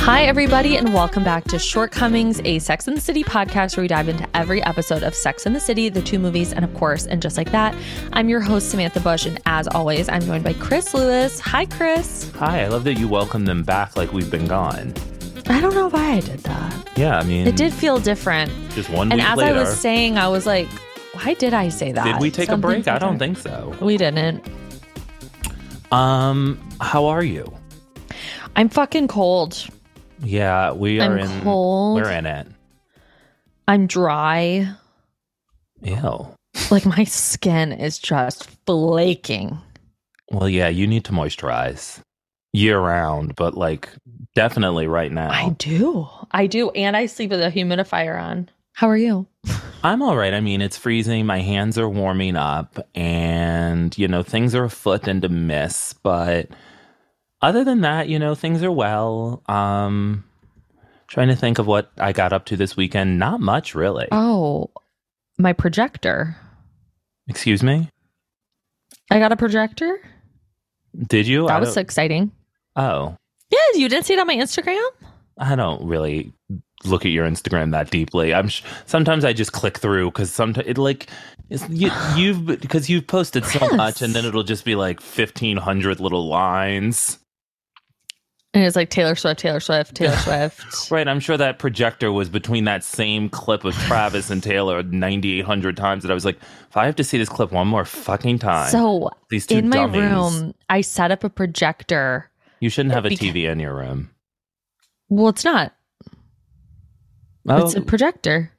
Hi, everybody, and welcome back to Shortcomings, a Sex and the City podcast where we dive into every episode of Sex and the City, the two movies, and of course, and just like that, I'm your host, Samantha Bush. And as always, I'm joined by Chris Lewis. Hi, Chris. Hi, I love that you welcome them back like we've been gone. I don't know why I did that. Yeah, I mean, It did feel different. Just one And week as Mm. later. I was saying, I was like, why did I say that? did we take Something a break? I don't different. think so. we didn't. Um, how are you? I'm fucking cold. Yeah, we are I'm in. cold. We're in it. I'm dry. Ew. Like my skin is just flaking. Well, yeah, you need to moisturize year round, but like definitely right now. I do. I do. And I sleep with a humidifier on. How are you? I'm all right. I mean, it's freezing. My hands are warming up, and you know things are afoot and amiss. But other than that, you know things are well. Um, trying to think of what I got up to this weekend. Not much, really. Oh, my projector. Excuse me. I got a projector. Did you? I That was don't- exciting. Oh, Yeah, you didn't see it on my Instagram? I don't really look at your Instagram that deeply. I'm sh- sometimes I just click through because sometimes it like it's, you, you've because you've posted so Chris. much, and then it'll just be like fifteen hundred little lines. And it's like Taylor Swift, Taylor Swift, Taylor Swift. Right, I'm sure that projector was between that same clip of Travis and Taylor 9,800 times that I was like, if I have to see this clip one more fucking time, So these two in my dummies, room, I set up a projector. you shouldn't have a Beca- TV in your room. Well, it's not. Oh, It's a projector.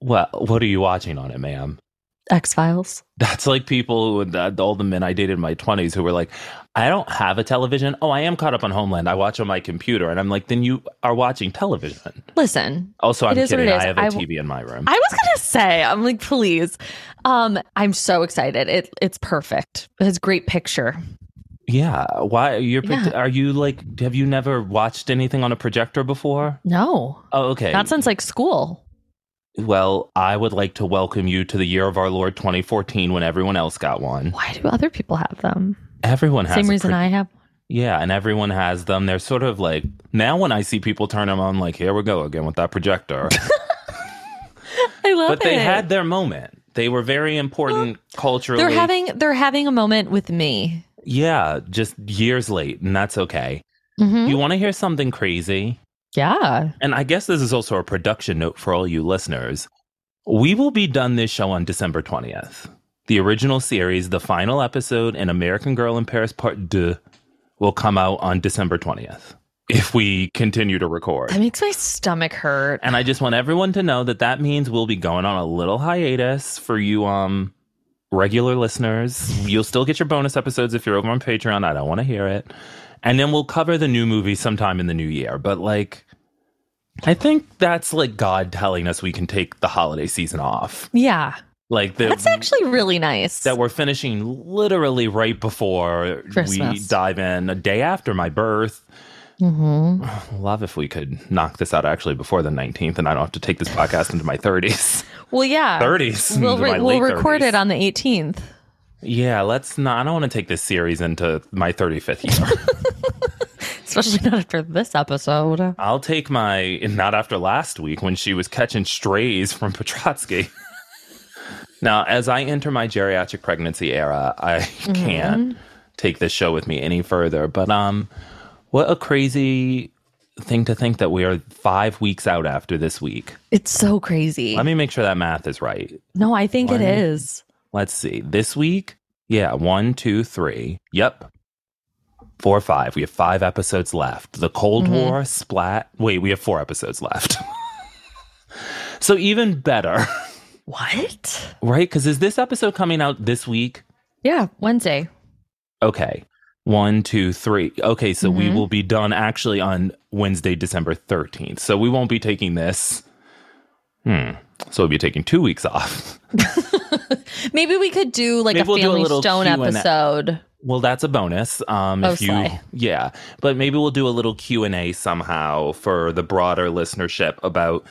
well, what are you watching on it, ma'am? X Files. That's like people, who- the- all the men I dated in my 20s who were like, I don't have a television. Oh, I am caught up on Homeland. I watch on my computer. And I'm like, then you are watching television. Listen, Also, I'm It is what kidding. it is. I have a I w- TV in my room. I was gonna say, I'm like, please. Um, I'm so excited. It it's perfect. It has great picture. yeah. Why? You're, Yeah. Are you like, have you never watched anything on a projector before? No, Oh, okay. not since like school. well, I would like to welcome you to the year of our Lord 2014 when everyone else got one. Why do other people have them? Everyone has Same a reason pro- I have. Yeah, and everyone has them. They're sort of like now when I see people turn them on, like here we go again with that projector. I love but it. they had their moment. They were very important culturally. they're having they're having a moment with me. yeah, just years late, and that's okay. Mhm. You want to hear something crazy? Yeah. And I guess this is also a production note for all you listeners. We will be done this show on December 20th. The original series, the final episode, and American Girl in Paris Part 2 will come out on December 20th if we continue to record. That makes my stomach hurt. And I just want everyone to know that that means we'll be going on a little hiatus for you um regular listeners. You'll still get your bonus episodes if you're over on Patreon. I don't want to hear it. And then we'll cover the new movie sometime in the new year. But like I think that's like God telling us we can take the holiday season off. Yeah. Like the, That's actually really nice. that we're finishing literally right before we Christmas. dive in a day after my birth. hmm Love if we could knock this out actually before the 19th and I don't have to take this podcast into my 30s. Well, yeah. 30s. We'll, into my re- we'll late record 30s. it on the 18th. Yeah, let's not. I don't want to take this series into my 35th year. Especially not after this episode. I'll take my not after last week when she was catching strays from Petrotsky. now, as I enter my geriatric pregnancy era, I can't take this show with me any further. But um, what a crazy thing to think that we are five weeks out after this week. It's so crazy. Let me make sure that math is right. no, I think it One- is. Let's see. This week, yeah, one, two, three. Yep. Four, five. We have five episodes left. The Cold War, Splat. Wait, we have four episodes left. so even better, What? right? Because is this episode coming out this week? Yeah, Wednesday. Okay. One, two, three. Okay, so we Mhm. will be done actually on Wednesday, December 13th. So we won't be taking this. Hmm. So we'll be taking two weeks off. Maybe we could do like Maybe a we'll do a Family little Stone Q&A. episode. Well, that's a bonus. Um, Oh, if you, sly. yeah, but maybe we'll do a little Q and A somehow for the broader listenership about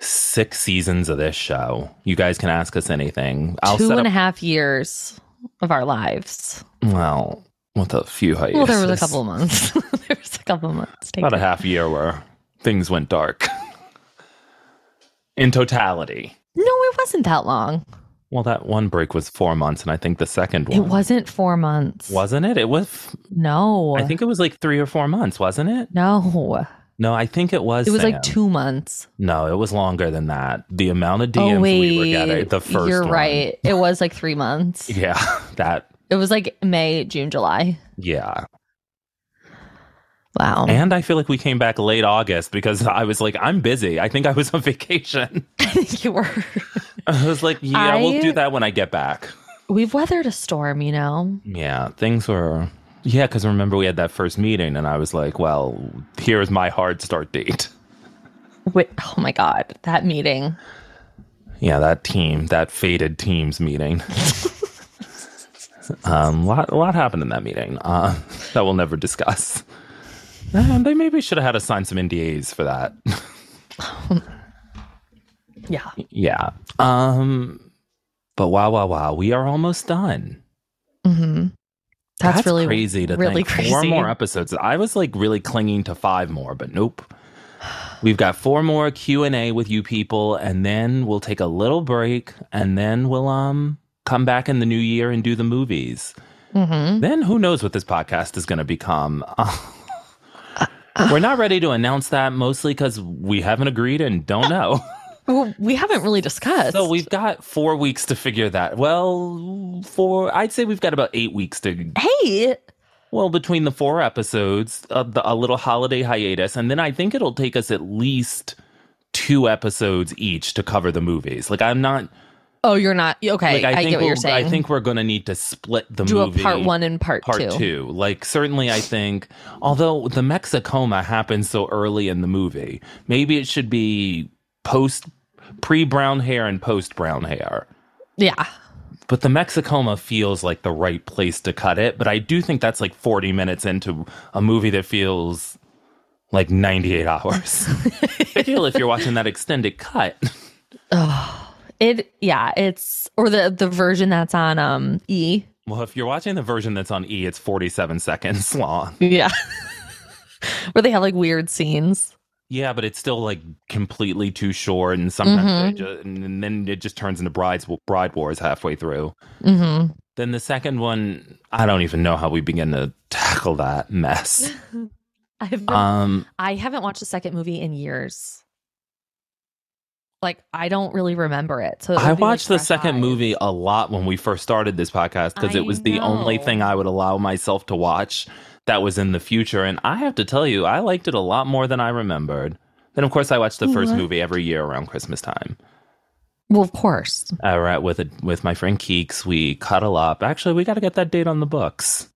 six seasons of this show. You guys can ask us anything. I'll Two set and a half up. years of our lives. Well, With a few hiatus. Well, there was a couple of months. there was a couple of months. Take About a that. half year where things went dark. In totality. No, it wasn't that long. Well, that one break was four months, and I think the second one It wasn't four months. wasn't it? It was No. I think it was like three or four months, wasn't it? No. No, I think it was. It was Sam. like two months. No, it was longer than that. The amount of DMs oh, wait. we were getting, the 1st You're one. right. It was like three months. Yeah, that. It was like May, June, July. Yeah, Wow. and I feel like we came back late August because I was like, I'm busy. I think I was on vacation. I think you were. I was like, Yeah, I- we'll do that when I get back. We've weathered a storm, you know? Yeah, things were. Yeah, because remember we had that first meeting, and I was like, Well, here's my hard start date. Wait, oh my God. That meeting. Yeah, that team, that faded teams meeting. um, lot, a lot happened in that meeting uh, that we'll never discuss. Um, they maybe should have had us sign some NDAs for that. Yeah. yeah. Um, but wow, wow, wow, we are almost done. hmm That's, really crazy to really think four crazy. more episodes. I was like really clinging to five more, but nope. We've got four more Q and A with you people, and then we'll take a little break, and then we'll um come back in the new year and do the movies. Mhm. Then who knows what this podcast is going to become? We're not ready to announce that mostly because we haven't agreed and don't know. Well, we haven't really discussed. so we've got four weeks to figure that. Well, four. I'd say we've got about eight weeks to hey, Well, between the four episodes, uh, the, a little holiday hiatus, and then I think it'll take us at least two episodes each to cover the movies. Like I'm not. oh, you're not okay. Like I, I, think get what you're we'll- saying. I think we're going to need to split the do a movie part one and part, part two. two. Like certainly, I think although the Mexicoma happens so early in the movie, maybe it should be post pre brown hair and post brown hair. Yeah, But the Mexicoma feels like the right place to cut it. But I do think that's like 40 minutes into a movie that feels like 98 hours. I feel if you're watching that extended cut. it. Yeah, it's or the the version that's on um E. Well, if you're watching the version that's on E, it's 47 seconds long. Yeah, where they have like weird scenes. Yeah, but it's still like completely too short. And sometimes they ju- and then it just turns into brides, Bride Wars halfway through. hmm Then the second one, I don't even know how we begin to tackle that mess. I've been, Um, I haven't watched the second movie in years. Like I don't really remember it. So it I would be, like, watched the fresh second eyes. movie a lot when we first started this podcast because I it was the only know. thing I would allow myself to watch that was in the future. And I have to tell you, I liked it a lot more than I remembered. Then, of course, I watched the first Oh, What? movie every year around Christmas time. Well, of course. All right, with a, with my friend Keeks, we cuddle up. Actually, we got to get that date on the books.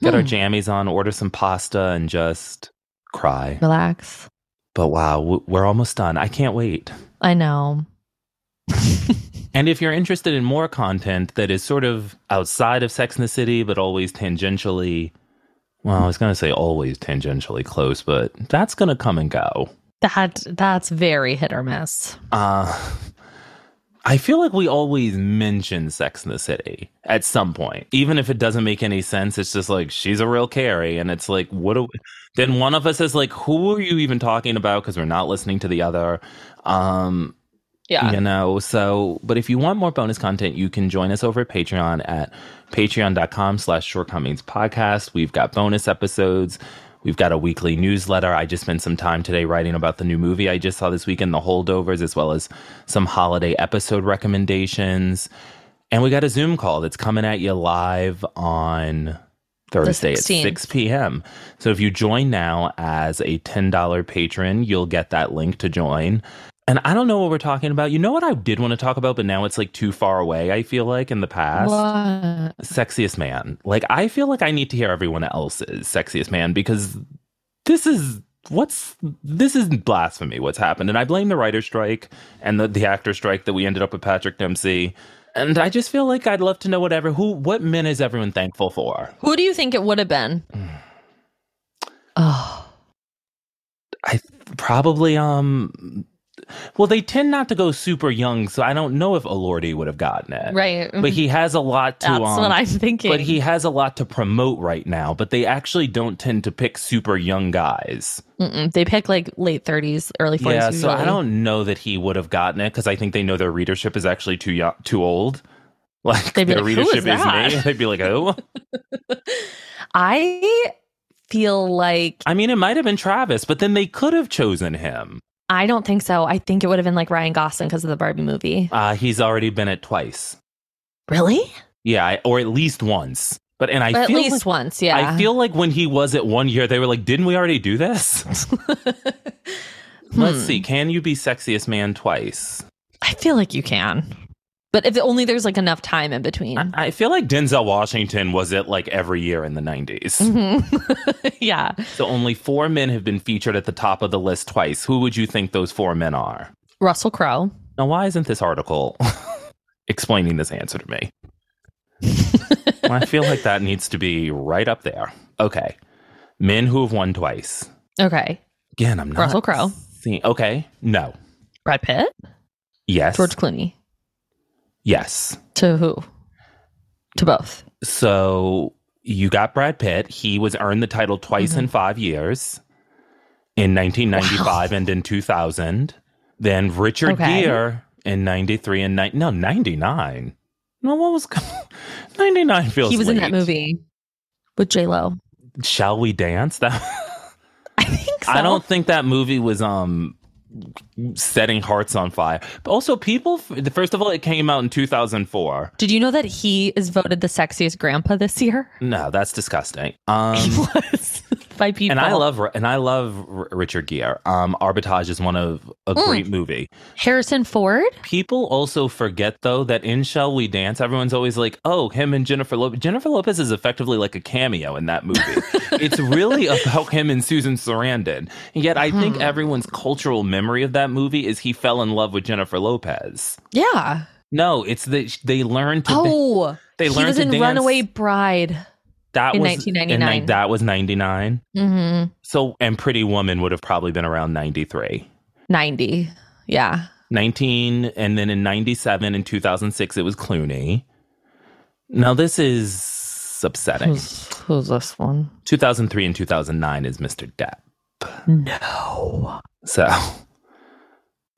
Get our Hmm. jammies on, order some pasta, and just cry. Relax. But wow, w- we're almost done. I can't wait. I know. And if you're interested in more content that is sort of outside of Sex and the City, but always tangentially, well, I was going to say always tangentially close, but that's going to come and go. That that's very hit or miss. Uh, I feel like we always mention Sex and the City at some point, even if it doesn't make any sense. It's just like she's a real Carrie, and it's like, what? Do we- then one of us is like, who are you even talking about? Because we're not listening to the other. Um, you know so but if you want more bonus content you can join us over at patreon at patreon.com slash shortcomings podcast we've got bonus episodes we've got a weekly newsletter i just spent some time today writing about the new movie i just saw this weekend the holdovers as well as some holiday episode recommendations and we got a zoom call that's coming at you live on Thursday at 16th. 6 p.m. So if you join now as a $10 patron, you'll get that link to join. And I don't know what we're talking about. You know what I did want to talk about, but now it's like too far away, I feel like, in the past? What? Sexiest Man. Like, I feel like I need to hear everyone else's Sexiest Man because this is what's this is blasphemy what's happened and i blame the writer strike and the, the actor strike that we ended up with patrick dempsey and i just feel like i'd love to know whatever who what men is everyone thankful for Who do you think it would have been? Oh, I probably um well, they tend not to go super young, so I don't know if Alordi would have gotten it. Right. But he has a lot to. Mm-hmm. That's um, what I'm thinking. But he has a lot to promote right now. But they actually don't tend to pick super young guys. Mm-mm. they pick like late 30s, early 40s. yeah, so I usually. don't know that he would have gotten it because I think they know their readership is actually too young, too old. Like They'd be their like, "Who is readership is, me. that?" They'd be like, oh. I feel like I mean, it might have been Travis, but then they could have chosen him. I don't think so. I think it would have been like Ryan Gosling because of the Barbie movie. Uh, he's already been it twice. Really? Yeah, I- or at least once. But and I at feel least like, once, yeah. I feel like when he was at one year, they were like, "Didn't we already do this?" Let's Hmm. see. Can you be sexiest man twice? I feel like you can. But if only there's like enough time in between. I, I feel like Denzel Washington was it like every year in the Mm. '90s. Mhm. yeah. so only four men have been featured at the top of the list twice. Who would you think those four men are? Russell Crowe. Now, why isn't this article explaining this answer to me? I feel like that needs to be right up there. Okay, men who have won twice. Okay. Again, I'm not Russell Crowe. seeing- okay, no. Brad Pitt. Yes. George Clooney. Yes. To who? To both. So you got Brad Pitt. He was earned the title twice in Mm-hmm. five years in 1995 and in 2000. Then Richard Okay. Gere in 93 and 90, no, 99. No, what was 99 feels He was in late. that movie with J Lo. Shall we dance? That I think so. I don't think that movie was um setting hearts on fire. But also people first of all it came out in 2004. Did you know that he is voted the sexiest grandpa this year? No, that's disgusting. Um he was by people. and I love and I love R- Richard Gere. Um, Arbitrage is one of a Mm. great movie. Harrison Ford. People also forget though that in Shall We Dance, everyone's always like, "Oh, him and Jennifer Lopez." Jennifer Lopez is effectively like a cameo in that movie. it's really about him and Susan Sarandon. And yet, I think Hmm. everyone's cultural memory of that movie is he fell in love with Jennifer Lopez. Yeah. No, it's that they learned to. dan- Oh, They he learned was to in dance. Runaway Bride. that in was 1999. and that was ninety nine. Mm-hmm. So, and Pretty Woman would have probably been around ninety three. 90. Yeah. 19 and then in 97 and 2006 it was clooney now this is upsetting Who's, who's this one? 2003 and 2009 is mr depp No. so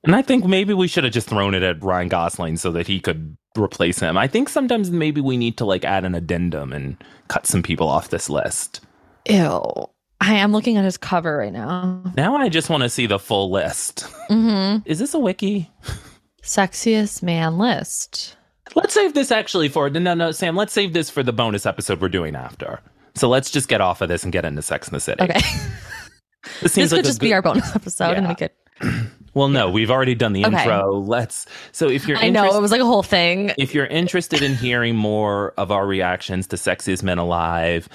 and i think maybe we should have just thrown it at ryan gosling so that he could replace him i think sometimes maybe we need to like add an addendum and cut some people off this list Ew. I am looking at his cover right now. now i just want to see the full list Mm-hmm. is this a wiki Sexiest man list. Let's save this actually for no, no, Sam. Let's save this for the bonus episode we're doing after. So let's just get off of this and get into Sex in the City. Okay. This seems this could like a just good- be our bonus episode and Yeah. we could. Well, no, we've already done the Okay. intro. Let's. So if you're I know. It interest- was like a whole thing. if you're interested in hearing more of our reactions to Sexiest Men Alive,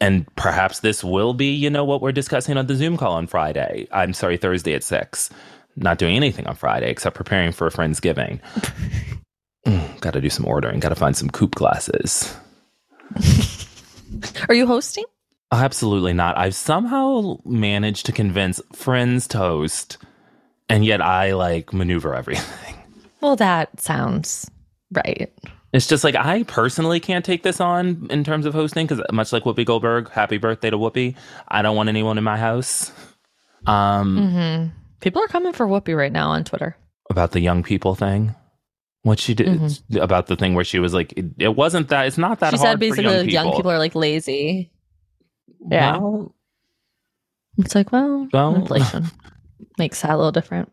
and perhaps this will be, you know, what we're discussing on the Zoom call on Friday. I'm sorry, Thursday at six. Not doing anything on Friday except preparing for a Friendsgiving. mm, gotta do some ordering. Gotta find some coupe glasses. Are you hosting? Absolutely not. I've somehow managed to convince friends to host, and yet I like maneuver everything. Well, that sounds right. It's just like I personally can't take this on in terms of hosting because, much like Whoopi Goldberg, happy birthday to Whoopi. I don't want anyone in my house. Um, hmm People are coming for Whoopi right now on Twitter. about the young people thing. What she did about the thing where she was like, it, it wasn't that. It's not that Mm-hmm. she hard said basically for young people. are like lazy. Yeah. Well, It's like, well, Well- inflation makes that a little different.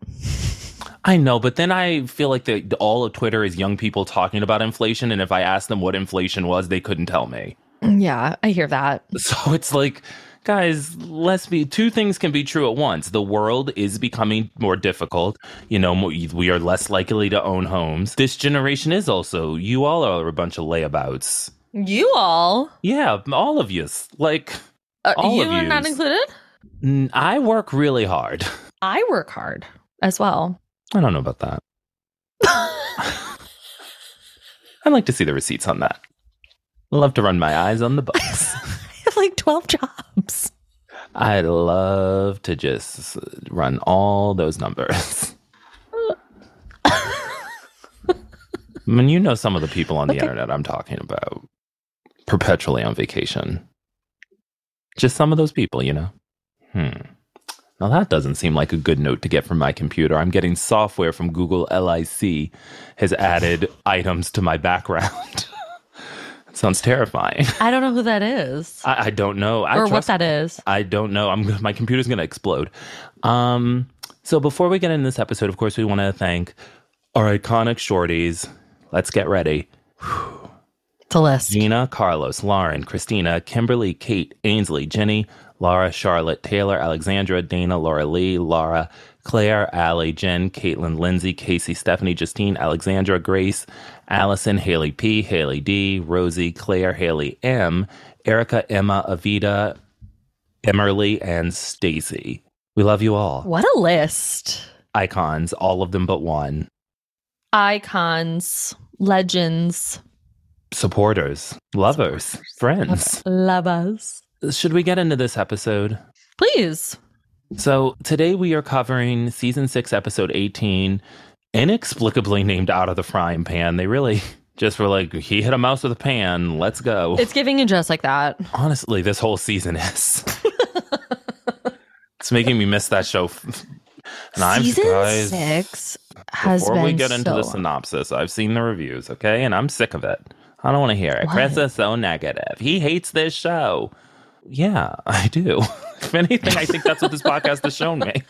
I know, but then I feel like the, all of Twitter is young people talking about inflation, and if I asked them what inflation was, they couldn't tell me. Yeah, I hear that. So it's like, guys, let's be two things can be true at once. The world is becoming more difficult. You know, mo- we are less likely to own homes. This generation is also. You all are a bunch of layabouts. You all, Yeah, all of yous. Like, uh, All you of are not yous. included. n- I work really hard. I work hard as well. I don't know about that. I'd like to see the receipts on that. Love to run my eyes on the books. I have like twelve jobs. I'd love to just run all those numbers. I mean, you know some of the people on the Okay. internet I'm talking about perpetually on vacation. Just some of those people, you know? Hmm. Now, that doesn't seem like a good note to get from my computer. I'm getting software from Google LIC has added items to my background. Sounds terrifying. I don't know who that is I, I don't know. I or what trust that is. I don't know. I'm my computer's going to explode. Um, so before we get into this episode, of course, we want to thank our iconic shorties. Let's get ready. It's a list. Gina, Carlos, Lauren, Christina, Kimberly, Kate, Ainsley, Jenny, Laura, Charlotte, Taylor, Alexandra, Dana, Laura Lee, Laura, Claire, Allie, Jen, Caitlin, Lindsay, Casey, Stephanie, Justine, Alexandra, Grace, Allison, Haley P, Haley D, Rosie, Claire, Haley M, Erica, Emma, Avita, Emerly, and Stacy. We love you all. What a list. Icons, all of them but one. Icons, legends, Supporters, lovers, friends. lovers. Should we get into this episode? Please. So today we are covering season six, episode 18, inexplicably named Out of the Frying Pan. They really just were like, he hit a mouse with a pan, let's go. It's giving you just like that. Honestly, this whole season is. it's making me miss that show. And I'm Season guys, six has Before been we get into so the synopsis, I've seen the reviews, okay? And I'm sick of it. I don't want to hear it. Chris Why? is so negative. He hates this show. Yeah, I do. if anything, I think that's what this podcast has shown me.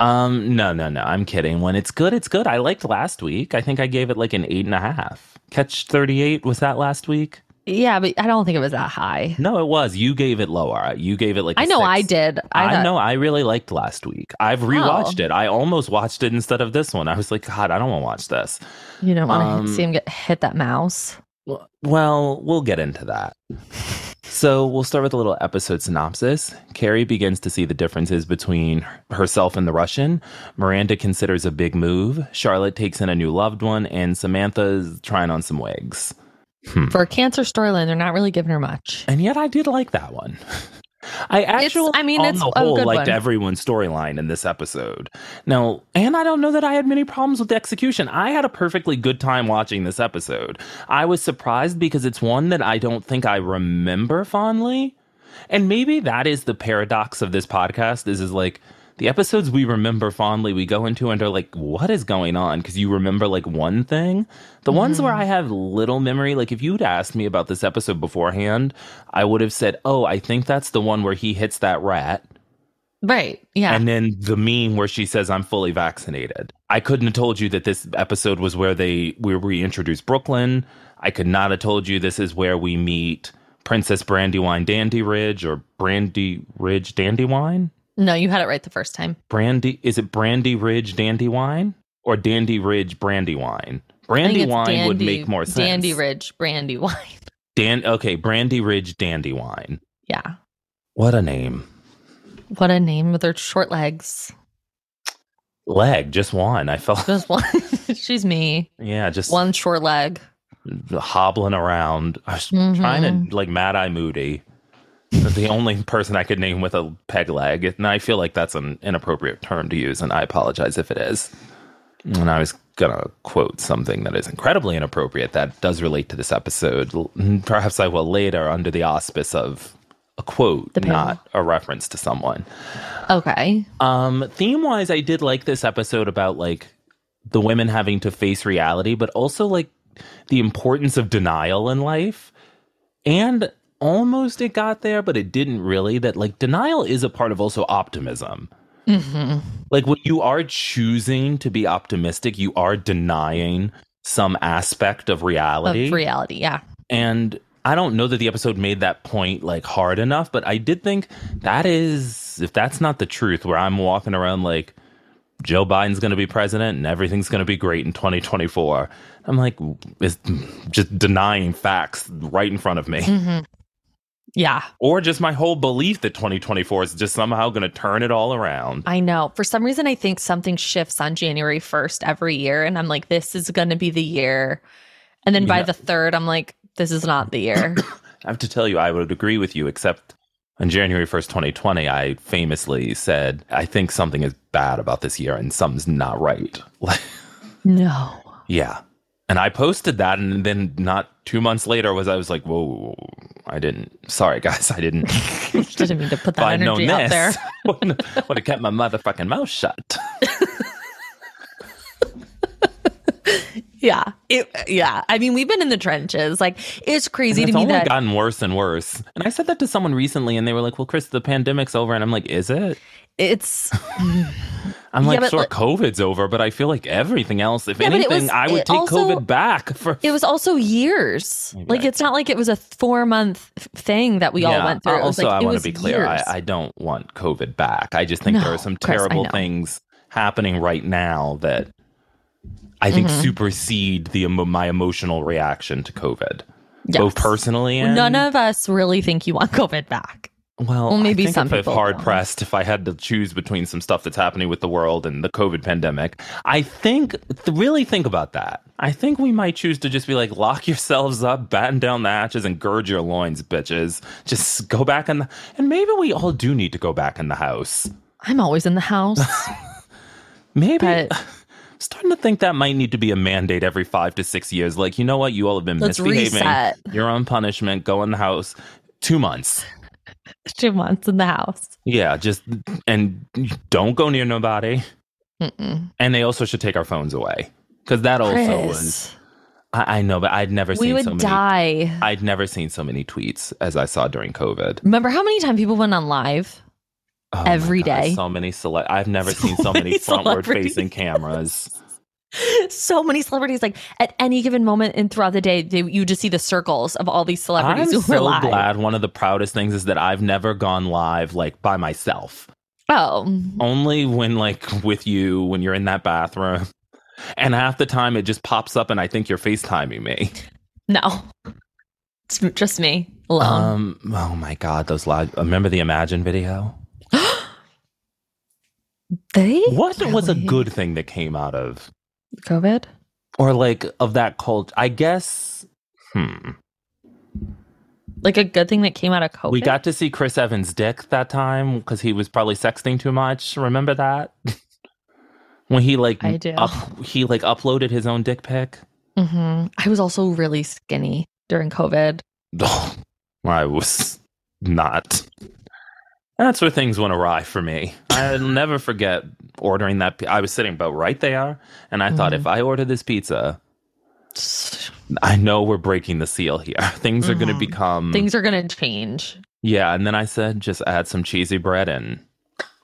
Um, no, no, no. I'm kidding. When it's good, it's good. I liked last week. I think I gave it like an eight and a half. Catch 38, was that last week? Yeah, but I don't think it was that high. No, it was. You gave it lower. You gave it like I I know I did. I, I, thought- Oh. know I really liked last week. I've rewatched it. I almost watched it instead of this one. I was like, God, I don't want to watch this. You don't want to Um, see him get hit that mouse. Well- Well, we'll get into that. So we'll start with a little episode synopsis. Carrie begins to see the differences between herself and the Russian. Miranda considers a big move. Charlotte takes in a new loved one, and Samantha's trying on some wigs. Hmm. For a cancer storyline, they're not really giving her much. And yet, I did like that one. I actually, I mean, on it's the a whole, good liked one. everyone's storyline in this episode. Now, and I don't know that I had many problems with the execution. I had a perfectly good time watching this episode. I was surprised because it's one that I don't think I remember fondly. And maybe that is the paradox of this podcast. Is is like the episodes we remember fondly, we go into and are like, what is going on? Because you remember like one thing. The ones where I have little memory, like if you'd asked me about this episode beforehand, I would have said, oh, I think that's the one where he hits that rat. Right. Yeah. And then the meme where she says, I'm fully vaccinated. I couldn't have told you that this episode was where they where we introduced Brooklyn. I could not have told you this is where we meet Princess Brandywine Dandy Ridge or Brandy Ridge Dandywine. no, you had it right the first time. Brandy is it Brandy Ridge Dandywine or Dandy Ridge Brandywine? I think it's Brandywine would Dandy- make more sense. Dandy Ridge, Brandy Wine. Dan okay, Brandy Ridge Dandywine. Yeah. What a name. What a name with her short legs. Leg, just one. I felt Just one. She's me. yeah, just One short leg. hobbling around. I was Mhm. trying to like Mad Eye Moody. the only person I could name with a peg leg, and I feel like that's an inappropriate term to use, and I apologize if it is. And I was gonna quote something that is incredibly inappropriate that does relate to this episode. L- Perhaps I will later, under the auspice of a quote, The panel. not a reference to someone. Okay. Um, theme wise, I did like this episode about like the women having to face reality, but also like the importance of denial in life. And almost it got there, but it didn't really. That like denial is a part of also optimism. Like when you are choosing to be optimistic, you are denying some aspect of Of reality. reality. Yeah. And I don't know that the episode made that point like hard enough, but I did think that is if that's not the truth, where I'm walking around like Joe Biden's going to be president and everything's going to be great in 2024. I'm like, is just denying facts right in front of me, Mm-hmm. Yeah. or just my whole belief that 2024 is just somehow going to turn it all around. I know. For some reason, I think something shifts on January 1st every year. And I'm like, this is going to be the year. And then by Yeah. the third, I'm like, this is not the year. I have to tell you, I would agree with you, except on January 1st, 2020, I famously said, I think something is bad about this year and something's not right. Like, no. Yeah. And I posted that, and then not two months later was I was like, "Whoa, I didn't. Sorry, guys, I didn't. Just didn't mean to put If that I'd known energy out there. this, would would have kept my motherfucking mouth shut." Yeah, it, yeah. I mean, we've been in the trenches. Like, it's crazy to And it's me only that gotten worse and worse. And I said that to someone recently, and they were like, "Well, Chris, the pandemic's over," and I'm like, "Is it?" it's I'm Yeah, like, but "Sure, like- COVID's over," But I feel like everything else, if Yeah, but it anything, was- I would it take also- COVID back for. it was also years. Maybe Like, I- it's not like it was a four month thing that we all Yeah, went through. It was Also, like, I it want was to be clear. I, years. I don't want COVID back. I just think there No, are some of course, I terrible know. things happening right now that I think Mm-hmm. supersede the emo- my emotional reaction to COVID, Yes. both personally and None of us really think you want COVID back. Well, Well, maybe I think some if I've people hard don't. pressed, if I had to choose between some stuff that's happening with the world and the COVID pandemic, I think th- really think about that. I think we might choose to just be like, lock yourselves up, batten down the hatches, and gird your loins, bitches. Just go back in, the, and maybe we all do need to go back in the house. I'm always in the house, Maybe. but Starting to think that might need to be a mandate every five to six years. Like, you know what? You all have been Let's misbehaving. reset. You're on punishment. Go in the house. Two months. two months in the house. Yeah, just and don't go near nobody. Mm-mm. And they also should take our phones away because that also was. Chris, I, I know, but I'd never we seen would so many. die. I'd never seen so many tweets as I saw during COVID. Remember how many times people went on live? Oh my Every God, day. so many select. I've never So seen so many, many celebrities. frontward-facing cameras. so many celebrities. Like at any given moment and throughout the day, they, you just see the circles of all these I'm celebrities who were so live. glad. One of the proudest things is that I've never gone live like by myself. Oh, Only when like with you when you're in that bathroom, and half the time it just pops up, and I think you're FaceTiming me. no. It's just me alone. Um. Oh my God, those live. Remember the Imagine video? they? What was a Really? good thing that came out of, COVID? or like of that cult? I guess. Hmm. Like a good thing that came out of COVID? We got to see Chris Evans' dick that time because he was probably sexting too much. Remember that? when he like I do. up- he like uploaded his own dick pic. hmm I was also really skinny during COVID. I was not. That's where things went awry for me. I'll never forget ordering that. pi- I was sitting about right there, and I thought, Mhm. if I order this pizza, I know we're breaking the seal here. Things are going Mhm. to become Things are going to change. Yeah, and then I said, just add some cheesy bread, and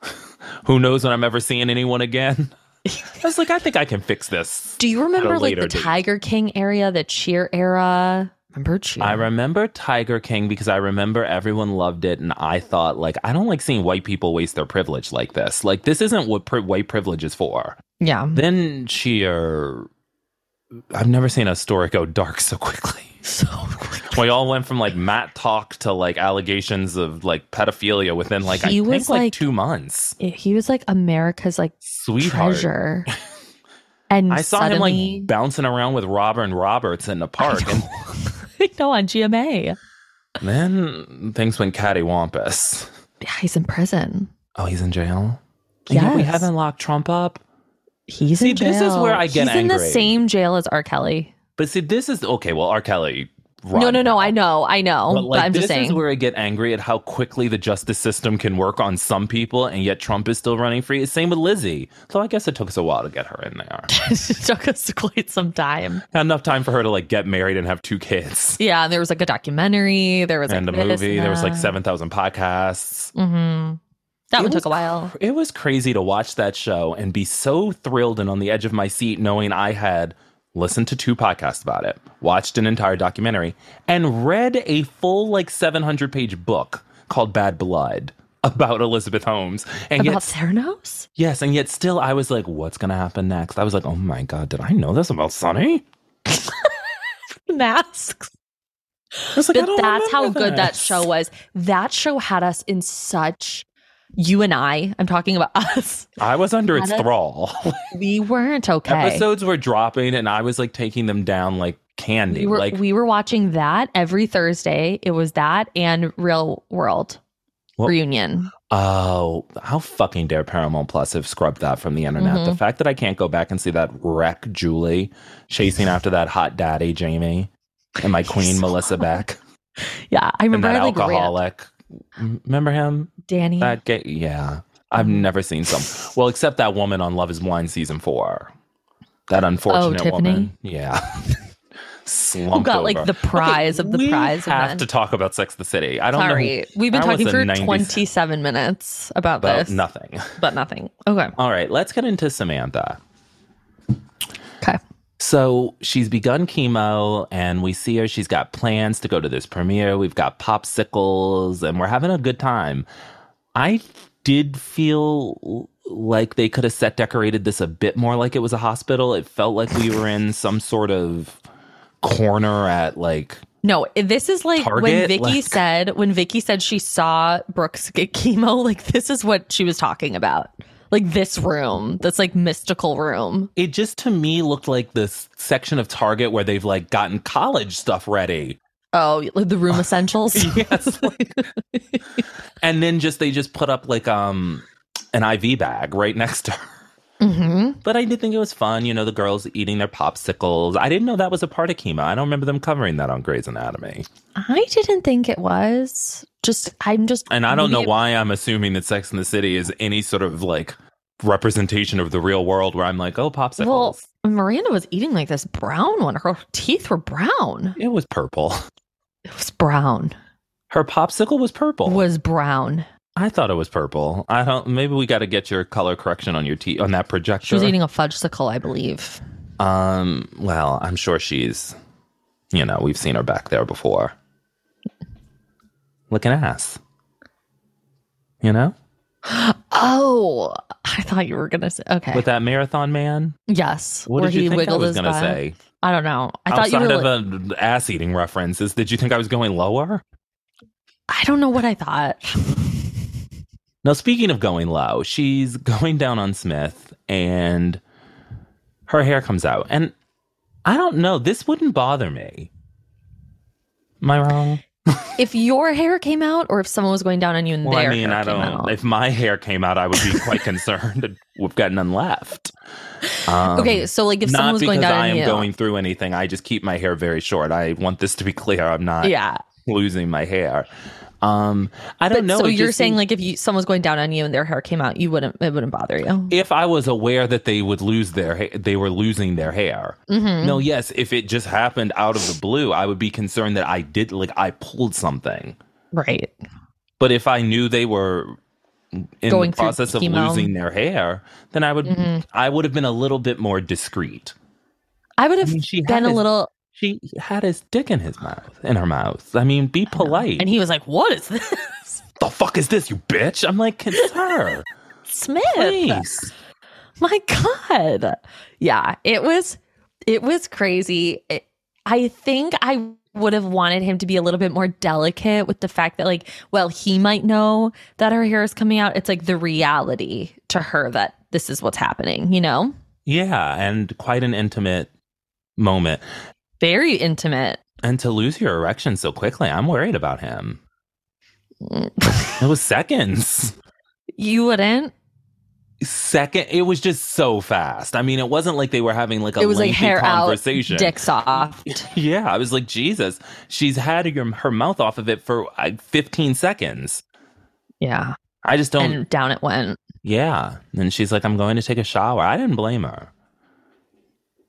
who knows when I'm ever seeing anyone again. I was like, I think I can fix this. Do you remember like later the date. Tiger King area, the cheer era? Remember cheer? I remember Tiger King because I remember everyone loved it, and I thought, like, I don't like seeing white people waste their privilege like this. Like, this isn't what pri- white privilege is for. yeah. Then cheer. I've never seen a story go dark so quickly. So quickly. We all went from like Matt talk to like allegations of like pedophilia within like I He think was, like, like- two months. He was like America's like Sweetheart. treasure. And I saw suddenly, him like bouncing around with Robert and Roberts in the park, and like no on GMA. then things went cattywampus. Yeah, he's in prison. Oh, he's in jail. And yet we Yes. haven't locked Trump up. He's See, in jail. this is where I get He's in the angry. same jail as R. Kelly. But see, this is okay. Well, R. Kelly. no, run. no, no. I know, I know. But, But, like, I'm this just is saying. where I get angry at how quickly the justice system can work on some people, and yet Trump is still running free. Same with Lizzie. So I guess it took us a while to get her in there. it took us quite some time. Had enough time for her to like get married and have two kids, Yeah, and there was like a documentary. There was like, and a this movie. and There was like that. seven thousand podcasts. Mm-hmm. That It one was took a while. It was crazy to watch that show and be so thrilled and on the edge of my seat knowing I had listened to two podcasts about it, watched an entire documentary, and read a full like 700 page book called Bad Blood about Elizabeth Holmes. And About yet, Theranos? yes, and yet still I was like, what's going to happen next? I was like, oh my God, did I know this about Sonny? Masks. I was like, I But don't that's how remember good that this. show was. That show had us in such you and I, I'm talking about us. I was under its Had a- thrall. We weren't okay. Episodes were dropping and I was like taking them down like candy. we were like we were watching that every Thursday. It was that and Real World. What- reunion. Oh, how fucking dare Paramount Plus have scrubbed that from the internet? Mm-hmm. The fact that I can't go back and see that wreck Julie chasing after that hot daddy Jamie and my queen Melissa Beck Yeah, I and remember that I like ripped alcoholic. M- Remember him? Danny. That gay. Yeah, I've Mm-hmm. never seen some. Well, except that woman on Love Is Blind season four. That unfortunate Tiffany? woman. Yeah. Slumped who got over. like the prize of the we prize have event. to talk about Sex the City. I don't know. who- Sorry, we've been that talking was a for 90s twenty-seven minutes about, about this, nothing. Uh, but nothing. Okay, All right, let's get into Samantha. okay. So she's begun chemo, and we see her. She's got plans to go to this premiere. We've got popsicles, and we're having a good time. I did feel like they could have set decorated this a bit more like it was a hospital. It felt like we were in some sort of corner at like No, this is like when Target, Vicky like- said when Vicky said she saw Brooks get chemo. Like this is what she was talking about. Like this room, that's like mystical room. it just to me looked like this section of Target where they've like gotten college stuff ready. Oh, like the room essentials. yes. like- and then just they just put up like um an IV bag right next to her. hmm But I did think it was fun, you know, the girls eating their popsicles. I didn't know that was a part of chemo. I don't remember them covering that on Grey's Anatomy. I didn't think it was. Just I'm just And I don't know maybe it- why I'm assuming that Sex in the City is any sort of like representation of the real world where I'm like, oh, popsicles. Well, Miranda was eating like this brown one. Her teeth were brown. it was purple. It was brown. Her popsicle was purple. Was brown. I thought it was purple. I don't. Maybe we got to get your color correction on your teeth on that projector. She was eating a fudgesicle, I believe. Um, well, I'm sure she's, you know, we've seen her back there before. Looking ass. You know, Oh, I thought you were gonna say okay. with that marathon man. yes, What did you think I was his going to butt. say? I don't know. I thought you Outside were. of like- the ass eating references, did you think I was going lower? I don't know what I thought. Now, speaking of going low, she's going down on Smith and her hair comes out. And I don't know, this wouldn't bother me. Am I wrong? if your hair came out, or if someone was going down on you and Well, their I mean, hair I came don't. out. If my hair came out, I would be quite concerned. that We've got none left. Um, okay, so like if someone not was because going down I on am you, going through anything. I just keep my hair very short. I want this to be clear. I'm not yeah. losing my hair. Um, I don't But know. so it you're just saying seems- like if you someone's going down on you and their hair came out, you wouldn't it wouldn't bother you. if I was aware that they would lose their ha- they were losing their hair. Mhm. No, yes. If it just happened out of the blue, I would be concerned that I did like I pulled something. Right. But if I knew they were in Going the through process of chemo. Mm-hmm. losing their hair, then I would I would have been a little bit more discreet. I would have I mean, she had been a his- little She had his dick in his mouth, in her mouth. I mean, be polite. and he was like, What is this? the fuck is this, you bitch? I'm like, it's her. Smith. Please. My God. Yeah, it was it was crazy. It, I think I would have wanted him to be a little bit more delicate with the fact that like, well, he might know that her hair is coming out. It's like the reality to her that this is what's happening, you know? Yeah, and quite an intimate moment. Very intimate. And to lose your erection so quickly, I'm worried about him. It was seconds. You wouldn't? Second, it was just so fast. I mean, it wasn't like they were having like a it was like lengthy hair out, conversation. dick soft. Yeah, I was like, Jesus, she's had her, her mouth off of it for like 15 seconds. Yeah. I just don't. And down it went. yeah. And she's like, I'm going to take a shower. I didn't blame her.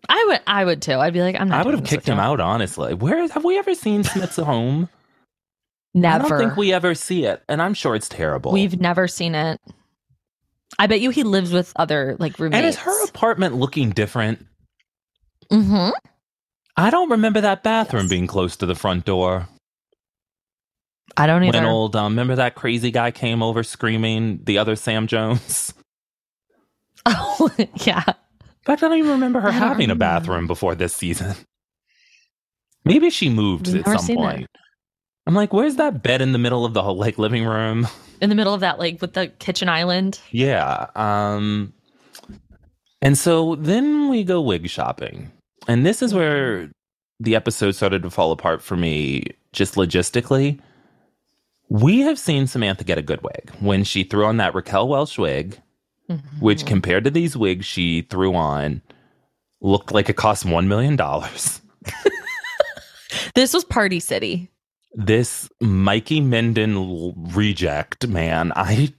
I would I would too. I'd be like, I'm not I would doing have this with kicked him you. out, honestly. Where have we ever seen Smith's home? Never. I don't think we ever see it. And I'm sure it's terrible. We've never seen it. I bet you he lives with other like roommates. and is her apartment looking different? hmm I don't remember that bathroom Yes. being close to the front door. I don't either. When old, um, remember that crazy guy came over screaming, the other Sam Jones? Oh yeah, In fact, I don't even remember her I don't having a remember. bathroom before this season. Maybe she moved We've at never some seen it. point. I'm like, where's that bed in the middle of the whole like living room? in the middle of that like with the kitchen island. yeah. Um and so then we go wig shopping. And this is where the episode started to fall apart for me just logistically. We have seen Samantha get a good wig when she threw on that Raquel Welch wig, which compared to these wigs she threw on, looked like it cost $1 million. This was Party City. This Mikey Menden l- reject, man. I.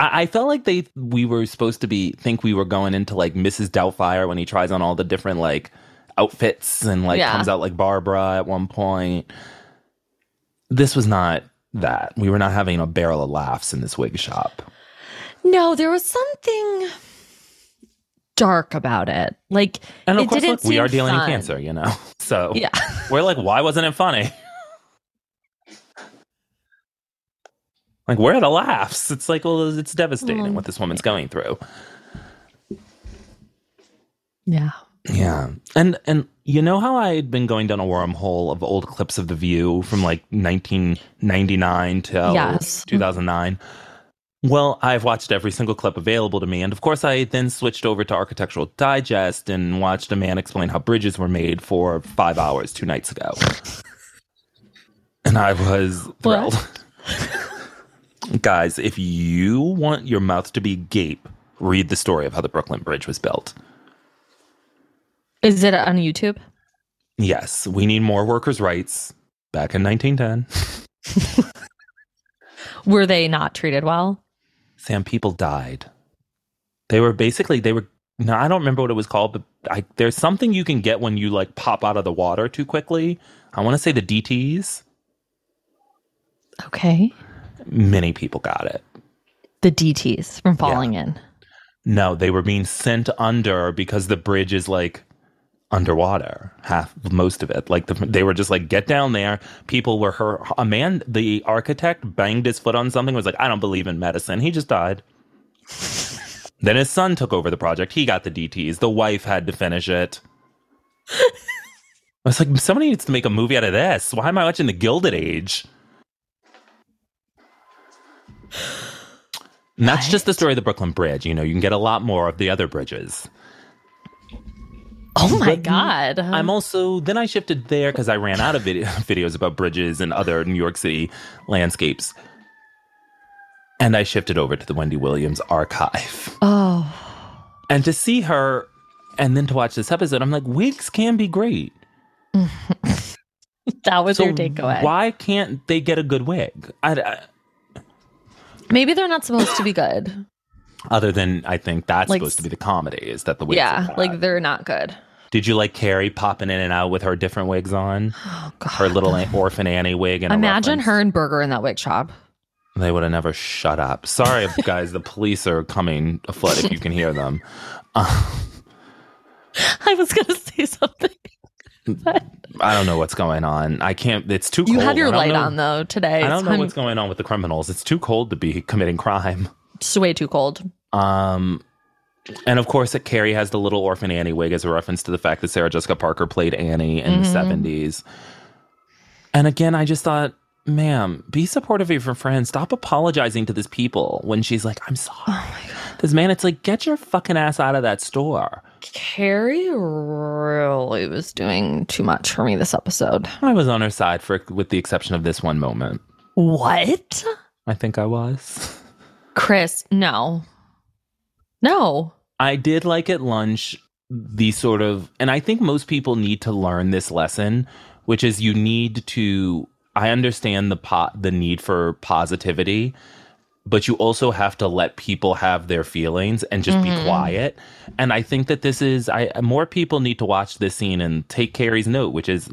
I I felt like they we were supposed to be think we were going into like Mrs. Doubtfire when he tries on all the different like outfits and like Yeah. comes out like Barbara at one point. This was not that. We were not having a barrel of laughs in this wig shop. No, there was something dark about it. Like And of it course, didn't look, we seem are dealing with fun. cancer, you know. So Yeah. we're like, why wasn't it funny? like, where are the laughs? It's like, well, it's devastating what this woman's going through. Yeah. Yeah, and and you know how I had been going down a wormhole of old clips of The View from like 1999 till Yes. 2009. Well, I've watched every single clip available to me, and of course, I then switched over to Architectural Digest and watched a man explain how bridges were made for five hours two nights ago, and I was thrilled. Guys, if you want your mouth to be agape, read the story of how the Brooklyn Bridge was built. Is it on YouTube? Yes, we need more workers' rights back in 1910. Were they not treated well? Sam, people died. They were basically, they were, no, I don't remember what it was called, but I, there's something you can get when you like pop out of the water too quickly. I want to say the DTs. Okay. Many people got it. The DTs from falling in. No, they were being sent under because the bridge is like underwater, half most of it. Like the, they were just like, get down there. People were her. A man, the architect, banged his foot on something. Was like, I don't believe in medicine. He just died. then his son took over the project. He got the DTS. The wife had to finish it. I was like, somebody needs to make a movie out of this. Why am I watching the Gilded Age? And that's just the story of the Brooklyn Bridge. You know, you can get a lot more of the other bridges. Oh my But God. I'm also then I shifted there because I ran out of video, videos about bridges and other New York City landscapes, and I shifted over to the Wendy Williams archive. oh, And to see her, and then to watch this episode, I'm like, wigs can be great. that was So your takeaway. why can't they get a good wig? I, I- Maybe they're not supposed to be good. other than I think that's Like- supposed to be the comedy is that the wigs. are yeah. bad. Like they're not good. did you like Carrie popping in and out with her different wigs on? Oh, God. Her little orphan Annie wig and a Imagine reference. her and Burger in that wig shop. They would have never shut up. Sorry, guys. The police are coming afoot if you can hear them. I was going to say something. I don't know what's going on. I can't. It's too cold. You had your I don't light know- on though today. I don't It's know hun- what's going on with the criminals. It's too cold to be committing crime. It's way too cold. Um, and of course, Carrie has the little orphan Annie wig as a reference to the fact that Sarah Jessica Parker played Annie in the Mhm. 70s. And again, I just thought, ma'am, be supportive of your friends. Stop apologizing to these people when she's like, I'm sorry. Oh This man, it's like, get your fucking ass out of that store. Carrie really was doing too much for me this episode. I was on her side for, with the exception of this one moment. What? I think I was. Chris, no. No. I did like at lunch the sort of, and I think most people need to learn this lesson, which is you need to. I understand the pot, the need for positivity, but you also have to let people have their feelings and just be quiet. And I think that this is, I more people need to watch this scene and take Carrie's note, which is,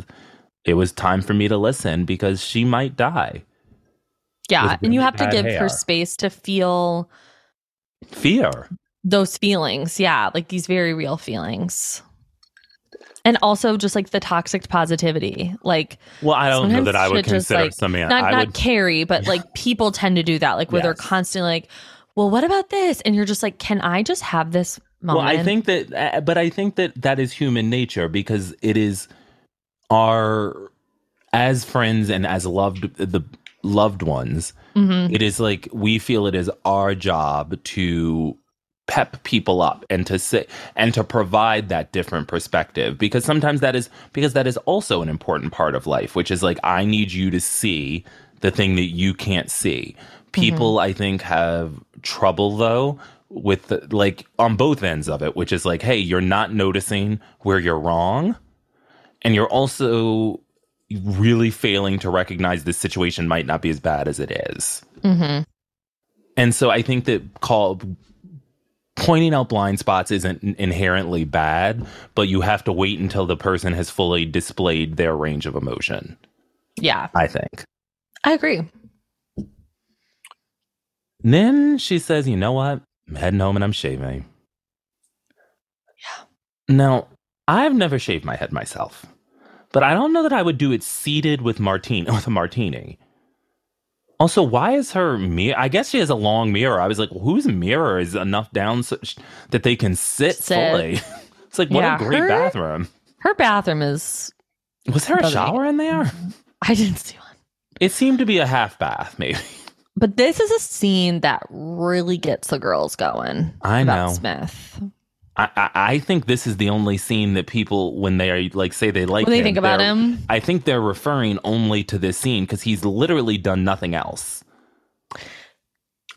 it was time for me to listen because she might die. Yeah. With And you really have to bad give hair. her space to feel Fear. those feelings. Yeah. Like these very real feelings. And also just like the toxic positivity. Like Well, I don't know Sometimes that I would shit just, consider like, Samantha. not I not would, Carrie, but like people tend to do that, like where they're Yes. constantly like, "Well, what about this?" And you're just like, "Can I just have this moment?" Well, I think that, uh, but I think that that is human nature because it is our as friends and as loved the loved ones. Mhm. It is like we feel it is our job to pep people up and to say and to provide that different perspective because sometimes that is because that is also an important part of life, which is like I need you to see the thing that you can't see. People, I think, have trouble though with the, like on both ends of it, which is like, hey, you're not noticing where you're wrong, and you're also really failing to recognize this situation might not be as bad as it is. mm-hmm. And so I think that call pointing out blind spots isn't inherently bad, but you have to wait until the person has fully displayed their range of emotion, Yeah, I think. I agree. And then she says, "You know what? I'm heading home and I'm shaving." Yeah. Now, I've never shaved my head myself, but I don't know that I would do it seated with martini with a martini. Also, why is her mirror? I guess she has a long mirror. I was like, whose mirror is enough down so sh- that they can sit, Sit. fully? it's like what Yeah, a great her- bathroom. Her bathroom is. Was there a Doesn't- shower in there? I didn't see one. It seemed to be a half bath, maybe. But this is a scene that really gets the girls going. I about know. Smith. I, I, I think this is the only scene that people, when they are like say they like, When they think about they're- him. I think they're referring only to this scene because he's literally done nothing else,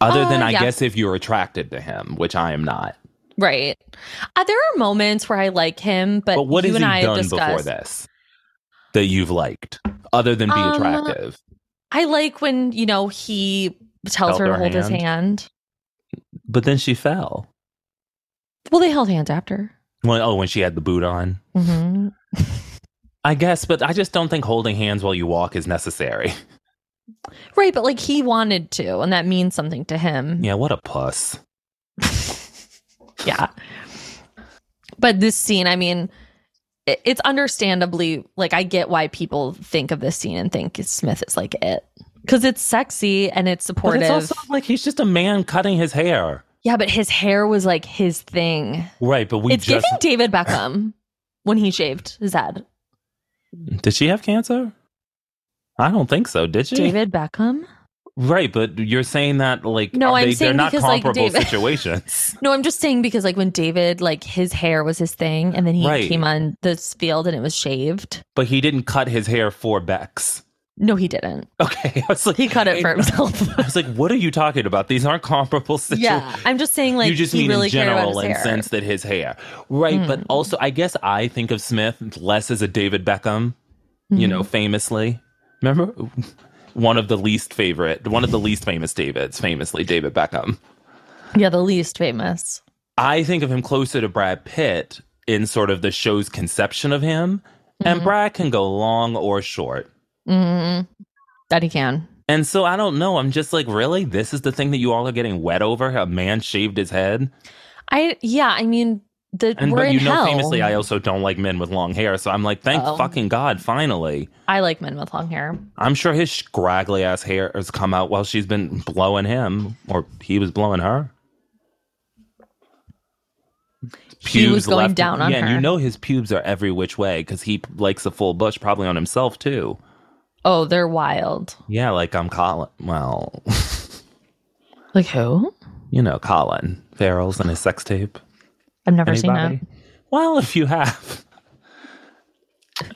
other Uh, than I yeah. guess if you're attracted to him, which I am not. Right. Uh, there are moments where I like him, but, But what you has and I he have done before discussed- this that you've liked, other than be Um, attractive? I like when, you know, he tells Held her to her hold his hand. hand. But then she fell. Well, they held hands after. When, oh, when she had the boot on. hmm I guess, but I just don't think holding hands while you walk is necessary. Right. But like he wanted to, and that means something to him. yeah, what a puss. yeah. But this scene, I mean, it- it's understandably like I get why people think of this scene and think Smith is like it because it's sexy and it's But supportive. it's also like he's just a man cutting his hair. yeah, but his hair was like his thing. Right, but we it's just giving David Beckham when he shaved his head. did she have cancer? I don't think so. Did she? David Beckham? Right, but you're saying that like No, are I'm they, saying they're not because, like, comparable David- situations. No, I'm just saying because like when David, like his hair was his thing, and then he Right. came on this field and it was shaved. but he didn't cut his hair for Bex. No, he didn't. Okay, I was like, He cut it for himself. I was like, what are you talking about? These aren't comparable situations. yeah, I'm just saying like you just he mean really in cared about general his and hair. Mm. sense that his hair, right? But also, I guess I think of Smith less as a David Beckham, Mm-hmm. you know, famously. Remember, one of the least favorite, one of the least famous Davids, famously David Beckham. Yeah, the least famous. I think of him closer to Brad Pitt in sort of the show's conception of him. And Mm-hmm. Brad can go long or short. That he can. And so I don't know. I'm just like, really? This is the thing that you all are getting wet over? A man shaved his head? I yeah, I mean the And we're but in you know, hell. famously, I also don't like men with long hair. So I'm like, thank Oh. fucking God, finally. I like men with long hair. I'm sure his scraggly ass hair has come out while she's been blowing him, or he was blowing her. He was going down on yeah, and her. you know his pubes are every which way because he p- likes a full bush, probably on himself too. Oh, they're wild. Yeah, like I'm Colin. Well, Like who? you know Colin Farrell's and his sex tape. I've never Anybody? seen Well, if you have,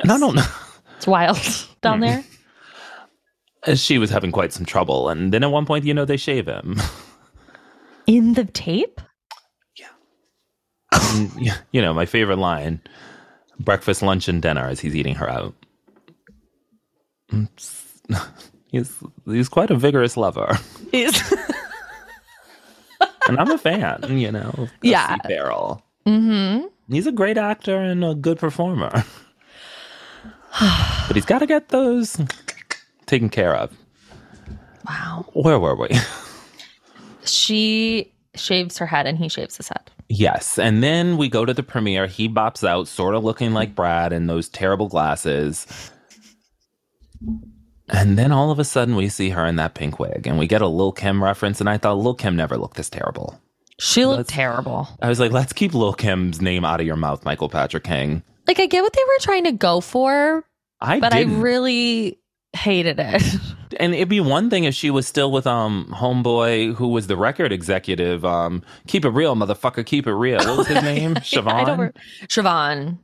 and I don't know. that. It's wild Hmm. down there. She was having quite some trouble, and then at one point, you know, they shave him. In the tape? And, y- you know, my favorite line breakfast, lunch, and dinner as he's eating her out. It's- He's, he's quite a vigorous lover. Is And I'm a fan, you know. of Yeah. Steve Barrel. Mm-hmm. He's a great actor and a good performer. but he's got to get those taken care of. Wow. Where were we? She shaves her head and he shaves his head. Yes. And then we go to the premiere. He bops out, sort of looking like Brad in those terrible glasses. And then all of a sudden, we see her in that pink wig, and we get a Lil Kim reference. And I thought Lil Kim never looked this terrible. She looked terrible. I was like, let's keep Lil Kim's name out of your mouth, Michael Patrick King. Like I get what they were trying to go for, I but didn't. I really hated it. and it'd be one thing if she was still with um homeboy who was the record executive. Um, keep it real, motherfucker. Keep it real. What was his name? Siobhan. I don't re- Siobhan.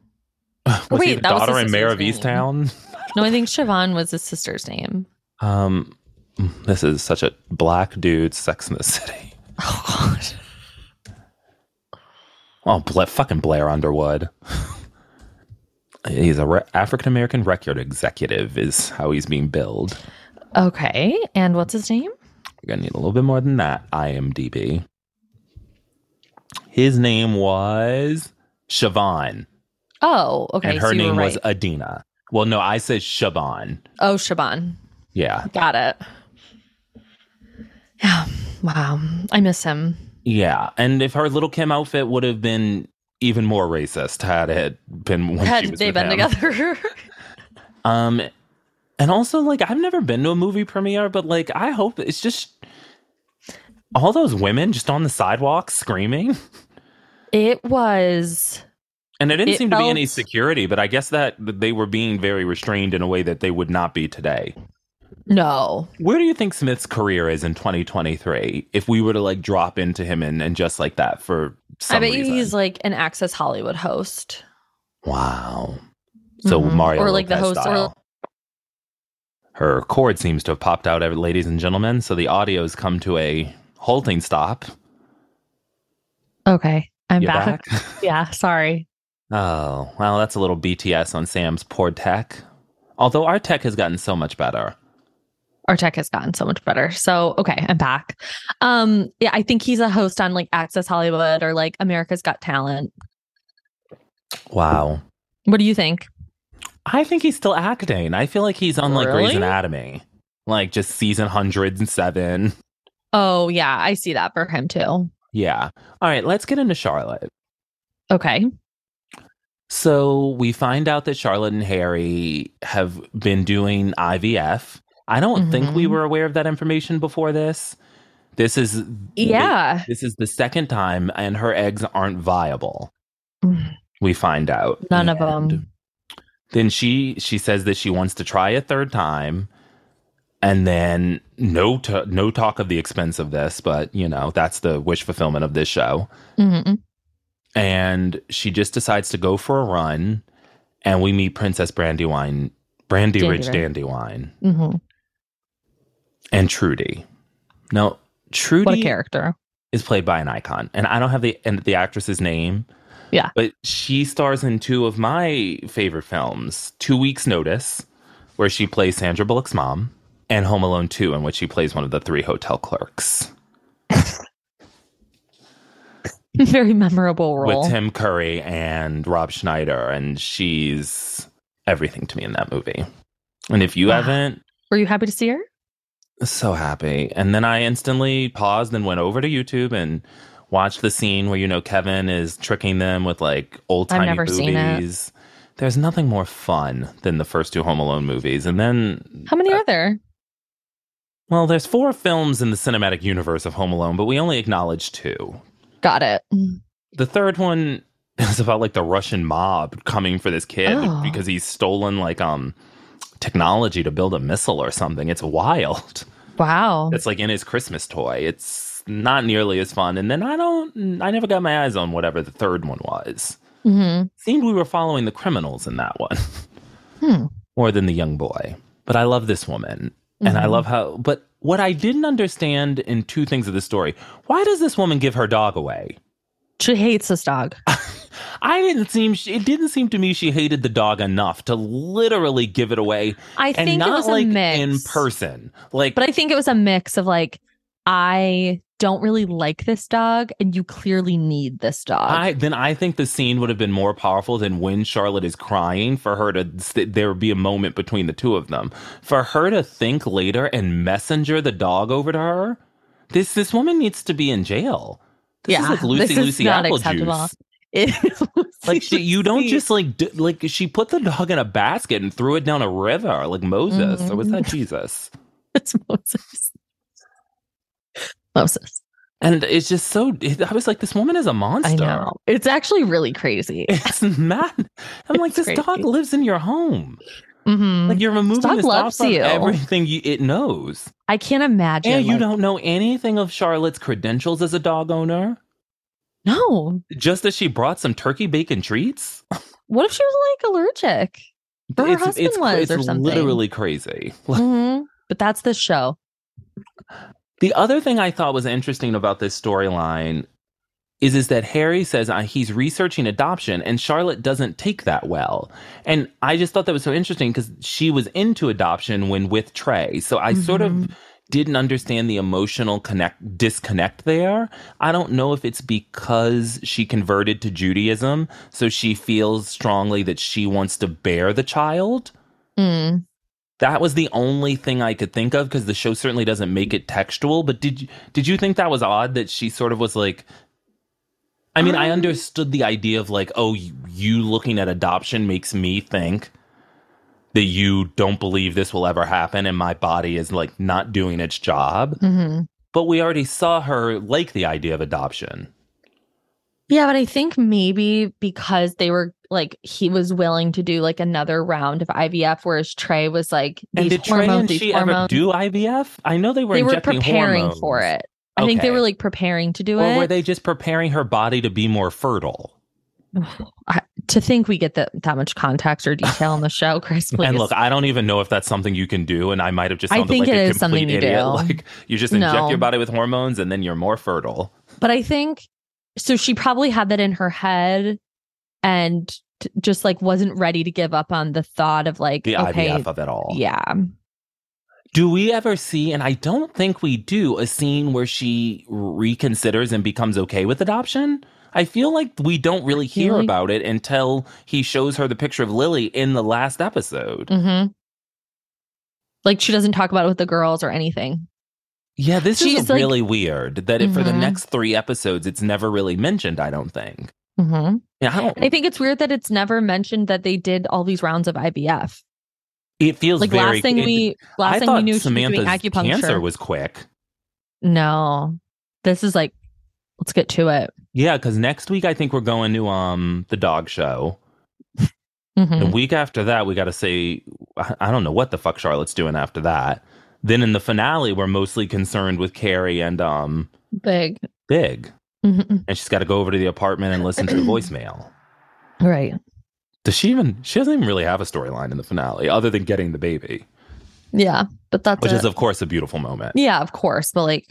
was he wait, the that was his daughter and mayor of sister's name. Easttown? No, I think Siobhan was his sister's name. Um, This is such a black dude sex in the city. Oh gosh. Oh, Bla- fucking Blair Underwood. he's a re- African American record executive, is how he's being billed. Okay. And what's his name? We're gonna need a little bit more than that. IMDb. His name was Siobhan, Oh, okay. and her so you were name was right. Adina. Well, no, I said Siobhan. Oh, Shaban. Yeah, Got it. Yeah. Wow. I miss him. yeah. And if her little Kim outfit would have been even more racist had it been when she Had was they with been him. together? Um, and also like I've never been to a movie premiere, but like I hope it's just all those women just on the sidewalk screaming. it was And it didn't It seem to be any felt- security, but I guess that that they were being very restrained in a way that they would not be today. no. Where do you think Smith's career is in 2023 if we were to like drop into him and, and just like that for some I bet reason? you he's like an Access Hollywood host. wow. So Mhm. Mario Or, like, the Lopez host or- style. her cord seems to have popped out, ev- ladies and gentlemen. So the audio's come to a halting stop. Okay. I'm You back. Yeah. Sorry. Oh, well, that's a little BTS on Sam's poor tech. Although our tech has gotten so much better. Our tech has gotten so much better. So, okay, I'm back. Um, yeah, I think he's a host on like Access Hollywood or like America's Got Talent. Wow. What do you think? I think he's still acting. I feel like he's on like Grey's Really? Anatomy, like just season 107. Oh, yeah, I see that for him too. Yeah. All right, let's get into Charlotte. Okay. So we find out that Charlotte and Harry have been doing IVF. I don't think we Mhm. were aware of that information before this. This is Yeah. This is the second time, and her eggs aren't viable. Mm. We find out None of 'em. And Then she she says that she wants to try a third time, and then no t- no talk of the expense of this, but you know that's the wish fulfillment of this show. Mhm. And she just decides to go for a run, and we meet Princess Brandywine, Brandy Ridge Dandywine. Dandywine, Mhm. and Trudy. Now Trudy What a character. is played by an icon, and I don't have the and the actress's name. Yeah. but she stars in two of my favorite films: Two Weeks Notice, where she plays Sandra Bullock's mom, and Home Alone Two, in which she plays one of the three hotel clerks Very memorable role. with Tim Curry and Rob Schneider, and she's everything to me in that movie. And if you Wow. haven't, Were you happy to see her? so happy. And then I instantly paused and went over to YouTube and watched the scene where you know Kevin is tricking them with like old I've timey never seen it. movies. There's nothing more fun than the first two Home Alone movies. And then How many are there? well, there's four films in the cinematic universe of Home Alone, but we only acknowledge two. Got it. Mm. The third one is about like the Russian mob coming for this kid Oh. because he's stolen like um technology to build a missile or something. It's wild. Wow. that's like in his Christmas toy. It's not nearly as fun. And then I don't, I never got my eyes on whatever the third one was. Mhm. Seemed we were following the criminals in that one Hmm. more than the young boy. But I love this woman. And I Mhm. love how, but what I didn't understand in two things of the story why does this woman give her dog away? She hates this dog. I didn't seem, it didn't seem to me she hated the dog enough to literally give it away I and think it not was a like mix. in person. Like, But I think it was a mix of like, I don't really like this dog, and you clearly need this dog. I then I think the scene would have been more powerful than when Charlotte is crying for her to st- there would be a moment between the two of them for her to think later and messenger the dog over to her. This this woman needs to be in jail. This is like this Lucy is Lucy not apple acceptable. juice. It was Like she, you don't Lucy- just like d- like she put the dog in a basket and threw it down a river like Moses or was Mm-hmm. that Jesus? it's Moses. Moses. And it's just so it, I was like this woman is a monster. I know. It's actually really crazy. It's mad. I'm like this It's dog crazy. lives in your home. Mhm. Like you're removing Dog this loves dog from you. everything you, it knows. I can't imagine. And you like- don't know anything of Charlotte's credentials as a dog owner. No. Just that she brought some turkey bacon treats. What if she was like allergic? Or her husband cra- was it's or something. literally crazy. Like, Mhm. But Mm-hmm. that's the show. The other thing I thought was interesting about this storyline is is that Harry says uh, he's researching adoption and Charlotte doesn't take that well. And I just thought that was so interesting because she was into adoption when with Trey. So I sort of didn't understand the emotional connect disconnect there. I don't know if it's because she converted to Judaism, so she feels strongly that she wants to bear the child. Mm. That was the only thing I could think of because the show certainly doesn't make it textual. But did you, did you think that was odd that she sort of was like? I mean, I Um, understood the idea of like, oh, you, you looking at adoption makes me think that you don't believe this will ever happen, and my body is like not doing its job. hmm But we already saw her like the idea of adoption. Yeah, but I think maybe because they were like he was willing to do like another round of IVF, whereas Trey was like And these did Trey hormones, and these she ever hormones. do IVF? I know they were they were injecting preparing hormones. for it. I think they Okay. were like preparing to do Or it. were they just preparing her body to be more fertile? I, to think we get that that much context or detail on the show, Chris. Please. And look, I don't even know if that's something you can do, and I might have just I sounded think like it a is complete something you idiot. do. Like you just inject No. your body with hormones, and then you're more fertile. but I think so. She probably had that in her head, and t- just like wasn't ready to give up on the thought of like The okay, IVF of it all. yeah, Do we ever see? And I don't think we do a scene where she reconsiders and becomes okay with adoption. I feel like we don't really hear Really? about it until he shows her the picture of Lily in the last episode. hmm like she doesn't talk about it with the girls or anything. Yeah, this She's is like- really weird that it, for the Mhm. next three episodes, it's never really mentioned, I don't think. hmm Yeah, I don't, I think it's weird that it's never mentioned that they did all these rounds of IVF. it feels Like very, last thing it- we last I thing thought we knew, she was doing Samantha's acupuncture. cancer was quick. no, this is like let's get to it. Yeah, because next week I think we're going to um the dog show. Mhm. The week after that, we got to say I I don't know what the fuck Charlotte's doing after that. Then in the finale, we're mostly concerned with Carrie and um Big. Big, Mhm. and she's got to go over to the apartment and listen to the voicemail. Right. Does she even? She doesn't even really have a storyline in the finale, other than getting the baby, Yeah. But that's which it. is of course a beautiful moment. yeah, of course. But like,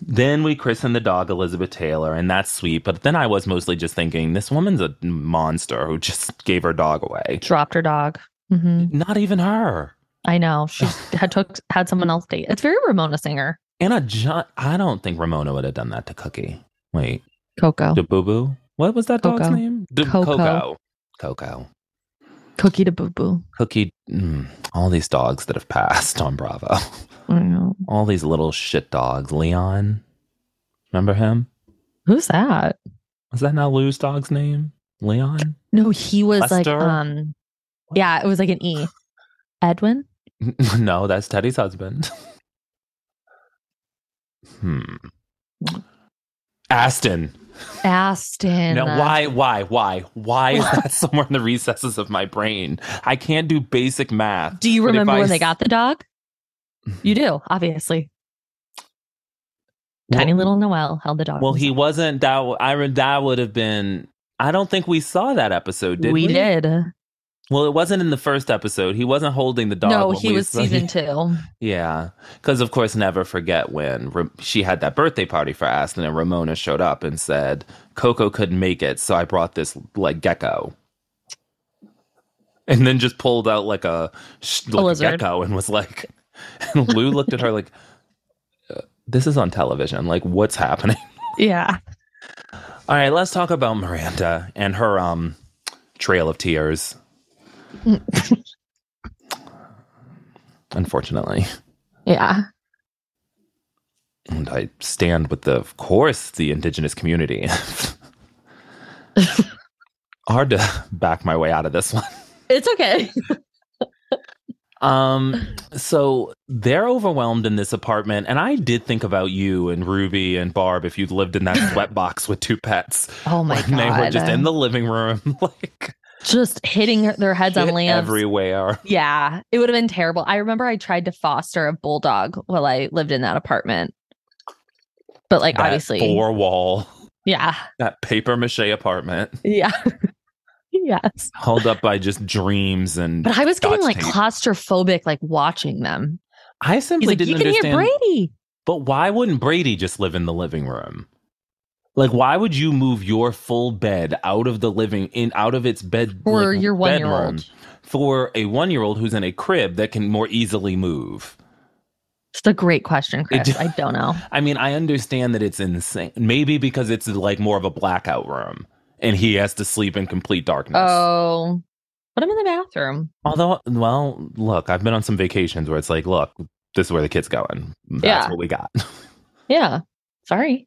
Then we christen the dog Elizabeth Taylor, and that's sweet. But then I was mostly just thinking, this woman's a monster who just gave her dog away. dropped her dog. hmm Not even her. I know she had took had someone else date. It's very Ramona Singer, And a giant. I don't think Ramona would have done that to Cookie. Wait, Coco, to Boo Boo? What was that dog's Oh. Coco. name? D- Coco. Coco. Coco. Cookie to Boo Boo. Cookie. Mm, all these dogs that have passed on Bravo. I know All these little shit dogs. Leon. Remember him? who's that? Was that not Lou's dog's name? Leon? No, he was like, Lester? um, yeah, it was like an E. Edwin. no, that's Teddy's husband. hmm. Aston. Aston. Now, uh, why, why, why, why is that somewhere in the recesses of my brain? I can't do basic math. Do you But if remember I when they s- got the dog? You do, obviously. Tiny Well- little Noel held the dog. Well, he wasn't. That w- I re- that would have been. I don't think we saw that episode, did we? we did. Well, it wasn't in the first episode. He wasn't holding the dog. no, when he we was saw- season two. Yeah, because of course, never forget when Ra- she had that birthday party for Aston, and Ramona showed up and said Coco couldn't make it, so I brought this like gecko, and then just pulled out like a, sh- like a lizard. gecko and was like, and Lou looked at her like, "Uh, "This is on television. Like, what's happening?" Yeah. All right, let's talk about Miranda and her um trail of tears. Unfortunately. Yeah. And I stand with the, of course, the indigenous community. Hard to back my way out of this one. It's okay. Um, so they're overwhelmed in this apartment, and I did think about you and Ruby and Barb if you'd lived in that sweat box with two pets. Oh my when god. They were just in the living room, like Just hitting her- their heads on shit lamps. everywhere. yeah. It would have been terrible. I remember I tried to foster a bulldog while I lived in that apartment. But like That obviously. four wall, Yeah. that paper mache apartment, Yeah. yes. held up by just dreams and. But I was getting Scotch like tape. claustrophobic like watching them. I He's simply like, didn't you can hear understand. Brady. But why wouldn't Brady just live in the living room? Like, why would you move your full bed out of the living in out of its bed Or like, your one-year-old. bedroom for a one year old who's in a crib that can more easily move? It's a great question, It- Chris. I don't know. I mean, I understand that it's insane. Maybe because it's like more of a blackout room and he has to sleep in complete darkness. Oh, put him in the bathroom. Although, well, look, I've been on some vacations where it's like, look, this is where the kid's going. That's Yeah. what we got. Yeah. Sorry.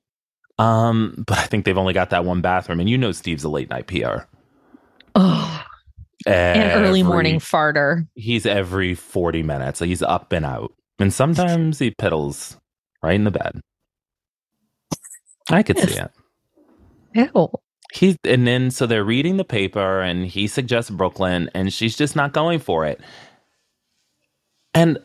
Um, but I think they've only got that one bathroom, and you know, Steve's a late night PR. Oh, an early morning farter. He's every forty minutes. He's up and out, and sometimes he piddles right in the bed. I could see it. Ew. He's and then so they're reading the paper, and he suggests Brooklyn, and she's just not going for it. And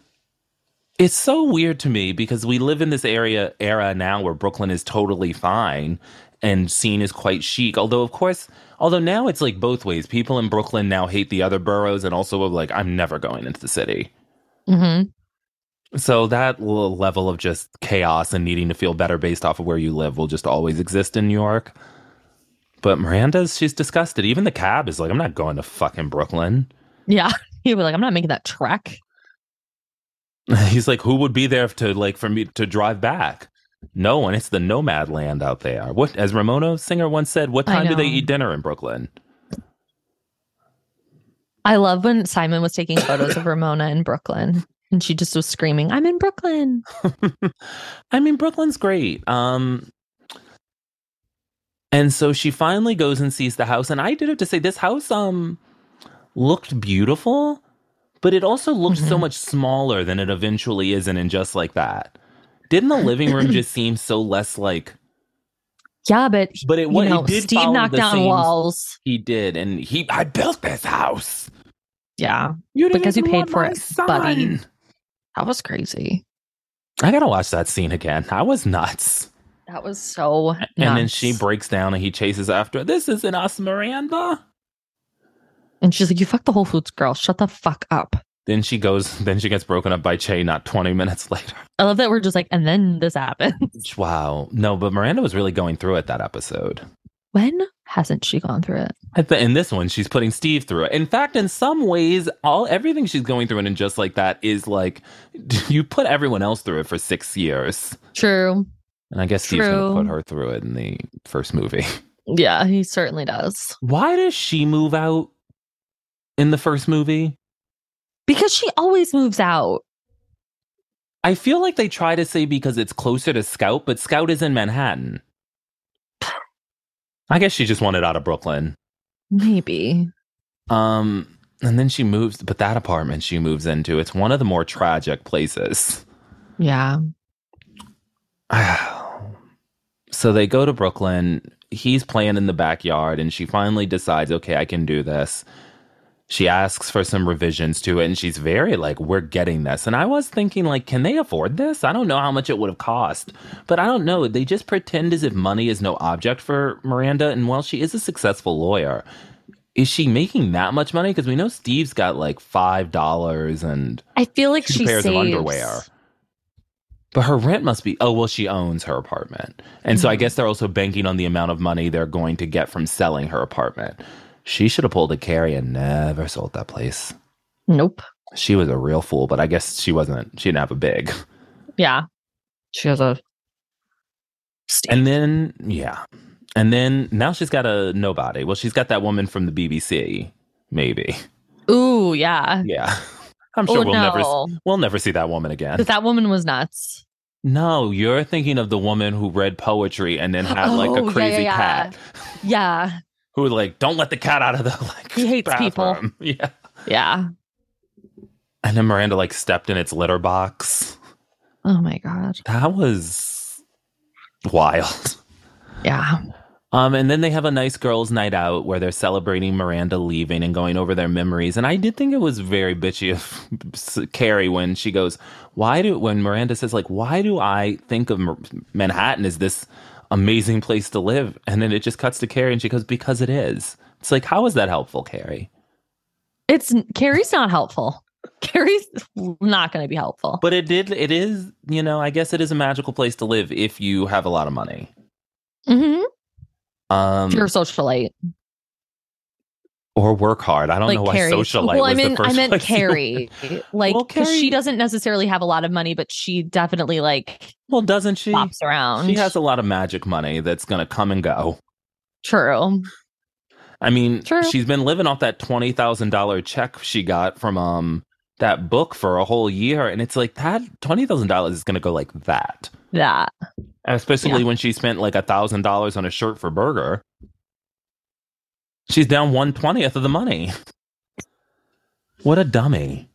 it's so weird to me because we live in this area era now where Brooklyn is totally fine and seen as quite chic. Although, of course, although now it's like both ways. People in Brooklyn now hate the other boroughs and also are like, I'm never going into the city. hmm So that l- level of just chaos and needing to feel better based off of where you live will just always exist in New York. But Miranda's, she's disgusted. Even the cab is like, I'm not going to fucking Brooklyn. Yeah. He was like, I'm not making that trek. He's like, who would be there to like for me to drive back? No one. It's the nomad land out there. What, as Ramona Singer once said, what I time do they know. eat dinner in Brooklyn? I love when Simon was taking photos of Ramona in Brooklyn and she just was screaming, I'm in Brooklyn. I mean, Brooklyn's great. Um, and so she finally goes and sees the house, and I did have to say this house um looked beautiful, but it also looked so Mhm. much smaller than it eventually is, and in just like that. Didn't the living room just seem so less like? Yeah, but But it you was. know, it did Steve follow knocked the down same- walls. He did, and he. I built this house. Yeah. You didn't Because you even paid want for my it, buddy. son. That was crazy. I gotta watch that scene again. I was nuts. That was so And then nuts. she breaks down, and he chases after. her. This isn't us, Miranda. and she's like, You fucked the Whole Foods girl. Shut the fuck up. Then she goes, then she gets broken up by Che not 20 minutes later. I love that we're just like, and then this happened. Wow. No, but Miranda was really going through it that episode. when hasn't she gone through it? I th- in this one, she's putting Steve through it. In fact, in some ways, all everything she's going through and in just like that is like you put everyone else through it for six years. True. And I guess Steve's True. gonna put her through it in the first movie. Yeah, he certainly does. Why does she move out in the first movie? Because she always moves out. I feel like they try to say because it's closer to Scout, but Scout is in Manhattan. I guess she just wanted out of Brooklyn. Maybe. Um, and then she moves, but that apartment she moves into, it's one of the more tragic places. Yeah. so they go to Brooklyn. He's playing in the backyard, and she finally decides, okay, I can do this. She asks for some revisions to it, and she's very like, we're getting this. And I was thinking, like, can they afford this? I don't know how much it would have cost, but I don't know. They just pretend as if money is no object for Miranda. And while she is a successful lawyer, is she making that much money? Because we know Steve's got like $5 and I feel like two she pairs saves. of underwear. But her rent must be oh well, she owns her apartment. And so I Mhm. guess they're also banking on the amount of money they're going to get from selling her apartment. She should have pulled a carry and never sold that place. Nope. She was a real fool, but I guess she wasn't she didn't have a big. Yeah. She has a. And then yeah. And then now she's got a nobody. Well, she's got that woman from the BBC, maybe. Ooh, yeah. Yeah. I'm sure oh, we'll no. never we'll never see that woman again. 'Cause that woman was nuts. No, you're thinking of the woman who read poetry and then had like Oh, yeah, a crazy yeah, yeah. cat Yeah. who would like don't let the cat out of the like He hates people. bathroom. Yeah. Yeah. And then Miranda like stepped in its litter box. Oh my God. That was wild. Yeah. Um, and then they have a nice girls' night out where they're celebrating Miranda leaving and going over their memories. And I did think it was very bitchy of S- Carrie when she goes, "Why do?" When Miranda says, "Like, why do I think of Mar- Manhattan as this amazing place to live?" And then it just cuts to Carrie, and she goes, "Because it is." It's like, how is that helpful, Carrie? It's Carrie's not helpful. Carrie's not going to be helpful. But it did. It is. You know, I guess it is a magical place to live if you have a lot of money. mm-hmm. Um, If you're a socialite, or work hard. I don't like know why Carrie. socialite. well, was I meant the first I meant place you- Carrie, like Well, 'cause Carrie- she doesn't necessarily have a lot of money, but she definitely like Well, doesn't she? pops around. She has a lot of magic money that's gonna come and go. true. I mean, True. she's been living off that twenty thousand dollar check she got from um that book for a whole year, and it's like that twenty thousand dollars is gonna go like that. That And especially when she spent like a thousand dollars on a shirt for Burger. She's down one twentieth of the money. What a dummy!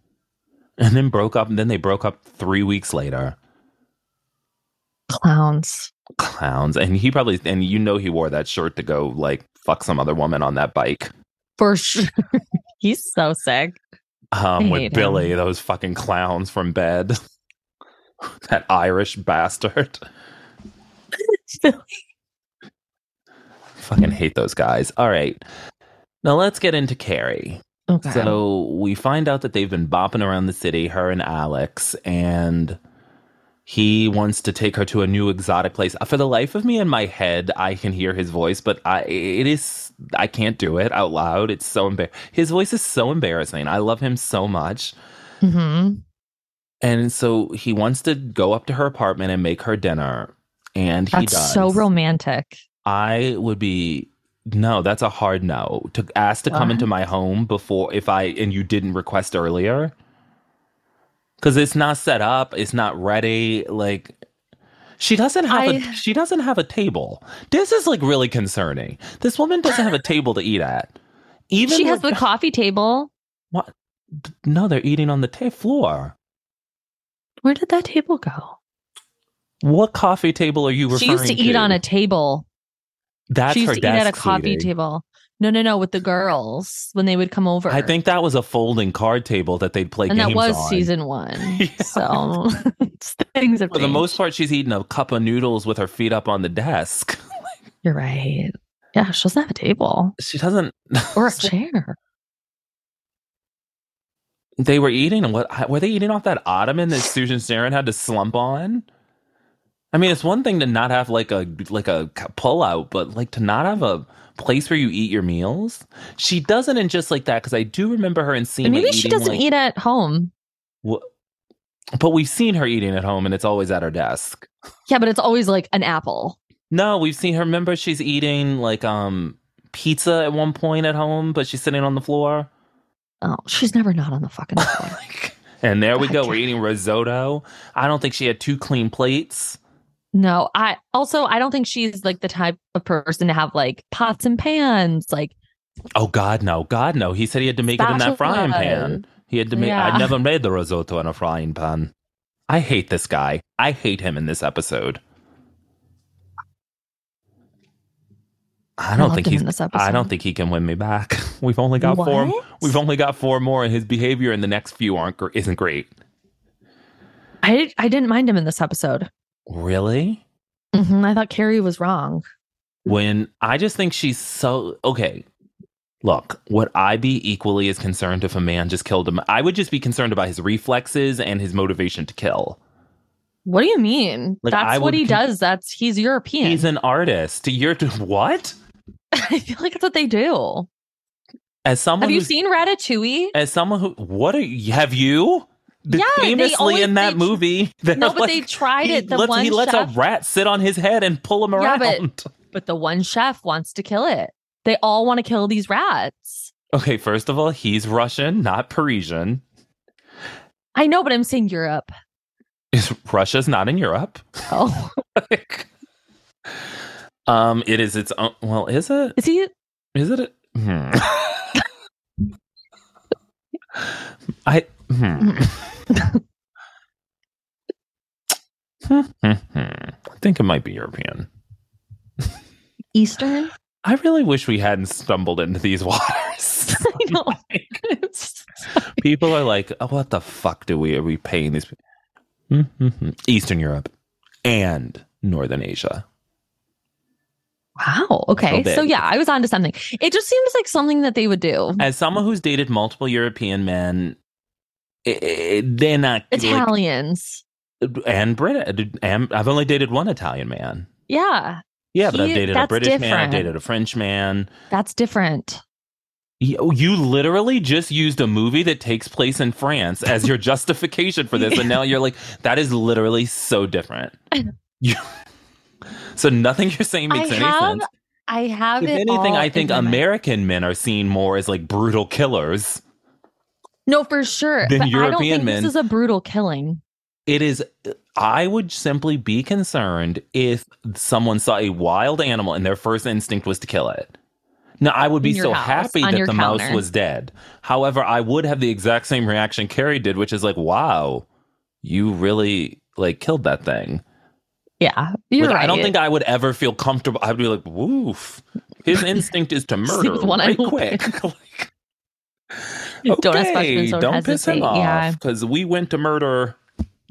And then broke up. And then they broke up three weeks later. clowns. Clowns. And he probably and you know he wore that shirt to go like fuck some other woman on that bike. For sure. He's so sick. um, I with hate Billy, those fucking clowns from bed. that Irish bastard. fucking hate those guys. All right. Now let's get into Carrie. Okay. So we find out that they've been bopping around the city, her and Alex, and he wants to take her to a new exotic place. For the life of me in my head, I can hear his voice, but I it is I can't do it out loud. It's so embarrassing. His voice is so embarrassing. I love him so much. Mhm. And so he wants to go up to her apartment and make her dinner. And he That's does. so romantic. I would be no, that's a hard no. To ask to come Why? into my home before if I and you didn't request earlier. Cause it's not set up, it's not ready. Like she doesn't have a I- she doesn't have a table. This is like really concerning. This woman doesn't have a table to eat at. Even she has with- the coffee table. no, they're eating on the ta- floor. Where did that table go? What coffee table are you referring She used to eat on a table. That's she used to her eat at a desk coffee seating. table. No, no, no, with the girls when they would come over. I think that was a folding card table that they'd play and games that was on. season one. Yeah. So things have For the changed. most part, she's eating a cup of noodles with her feet up on the desk. You're right. Yeah, she doesn't have a table She doesn't. or a chair. they were eating. What were they eating off that ottoman that Susan Sarandon had to slump on? I mean, it's one thing to not have like a like a pull out, but like to not have a place where you eat your meals. She doesn't, and just like that, because I do remember her in scene. And maybe she doesn't eat at home. But we've seen her eating at home, and it's always at her desk. Yeah, but it's always like an apple. No, we've seen her. Remember, she's eating like um pizza at one point at home, but she's sitting on the floor. Oh, she's never not on the fucking floor. Like, and there we go. Gotcha. We're eating risotto. I don't think she had two clean plates. no, I also I don't think she's like the type of person to have like pots and pans. Like Oh God, no, God, no. He said he had to make it in that frying pan. He had to make. Yeah. I never made the risotto in a frying pan. I hate this guy. I hate him in this episode. I don't loved think him he's. in this I episode. don't think he can win me back. We've only got four. What? We've only got four more, and his behavior in the next few aren't gr- isn't great. I I didn't mind him in this episode. Really? Mhm, I thought Carrie was wrong. When I just think she's so okay. Look, would I be equally as concerned if a man just killed him? I would just be concerned about his reflexes and his motivation to kill. What do you mean? Like, That's I what would he con- does. That's he's European. He's an artist. You're what? I feel like that's what they do. As someone Have you who's, seen Ratatouille? as someone who what are you have you? The- Yeah, they famously always- in they that tr- movie. they're No, but like- they tried he it. The lets, one he lets chef, a rat sit on his head and pull him Yeah, around. but- but the one chef wants to kill it. They all want to kill these rats. okay, first of all, he's Russian, not Parisian. I know, but I'm saying Europe. Is Russia's not in Europe? Oh, um, it is its own. Well, is it? is he? Is it? A, hmm. I. Hmm. Hmm, hmm, hmm. I think it might be European. Eastern? I really wish we hadn't stumbled into these waters. I know. It's- People are like, oh, what the fuck do we are we paying these? pe- Hmm, hmm, hmm. Eastern Europe and Northern Asia. wow. Okay. big. So yeah, I was onto something. It just seems like something that they would do. As someone who's dated multiple European men, eh, eh, they're not like, Italians. and Brit. And I've only dated one Italian man. yeah, Yeah, but He- I've dated a that's British man. I've different. dated a French man. that's different. You, you literally just used a movie that takes place in France as your justification for this, and now you're like, that is literally so different. You- so nothing you're saying makes I any have sense. I have If it anything, all I in think my mind. American men are seen more as like brutal killers. No, for sure. than but I don't European think men. this is a brutal killing. It is. I would simply be concerned if someone saw a wild animal and their first instinct was to kill it. Now, I would be In your so house, happy on that your the mouse counter. was dead. However, I would have the exact same reaction Carrie did, which is like, "Wow, you really like killed that thing." Yeah, you're Like, right. I don't think I would ever feel comfortable. I'd be like, "Woof." His instinct is to murder the one I right want. quick. like, Don't ask questions, don't piss him hesitate. Yeah. off because we went to murder.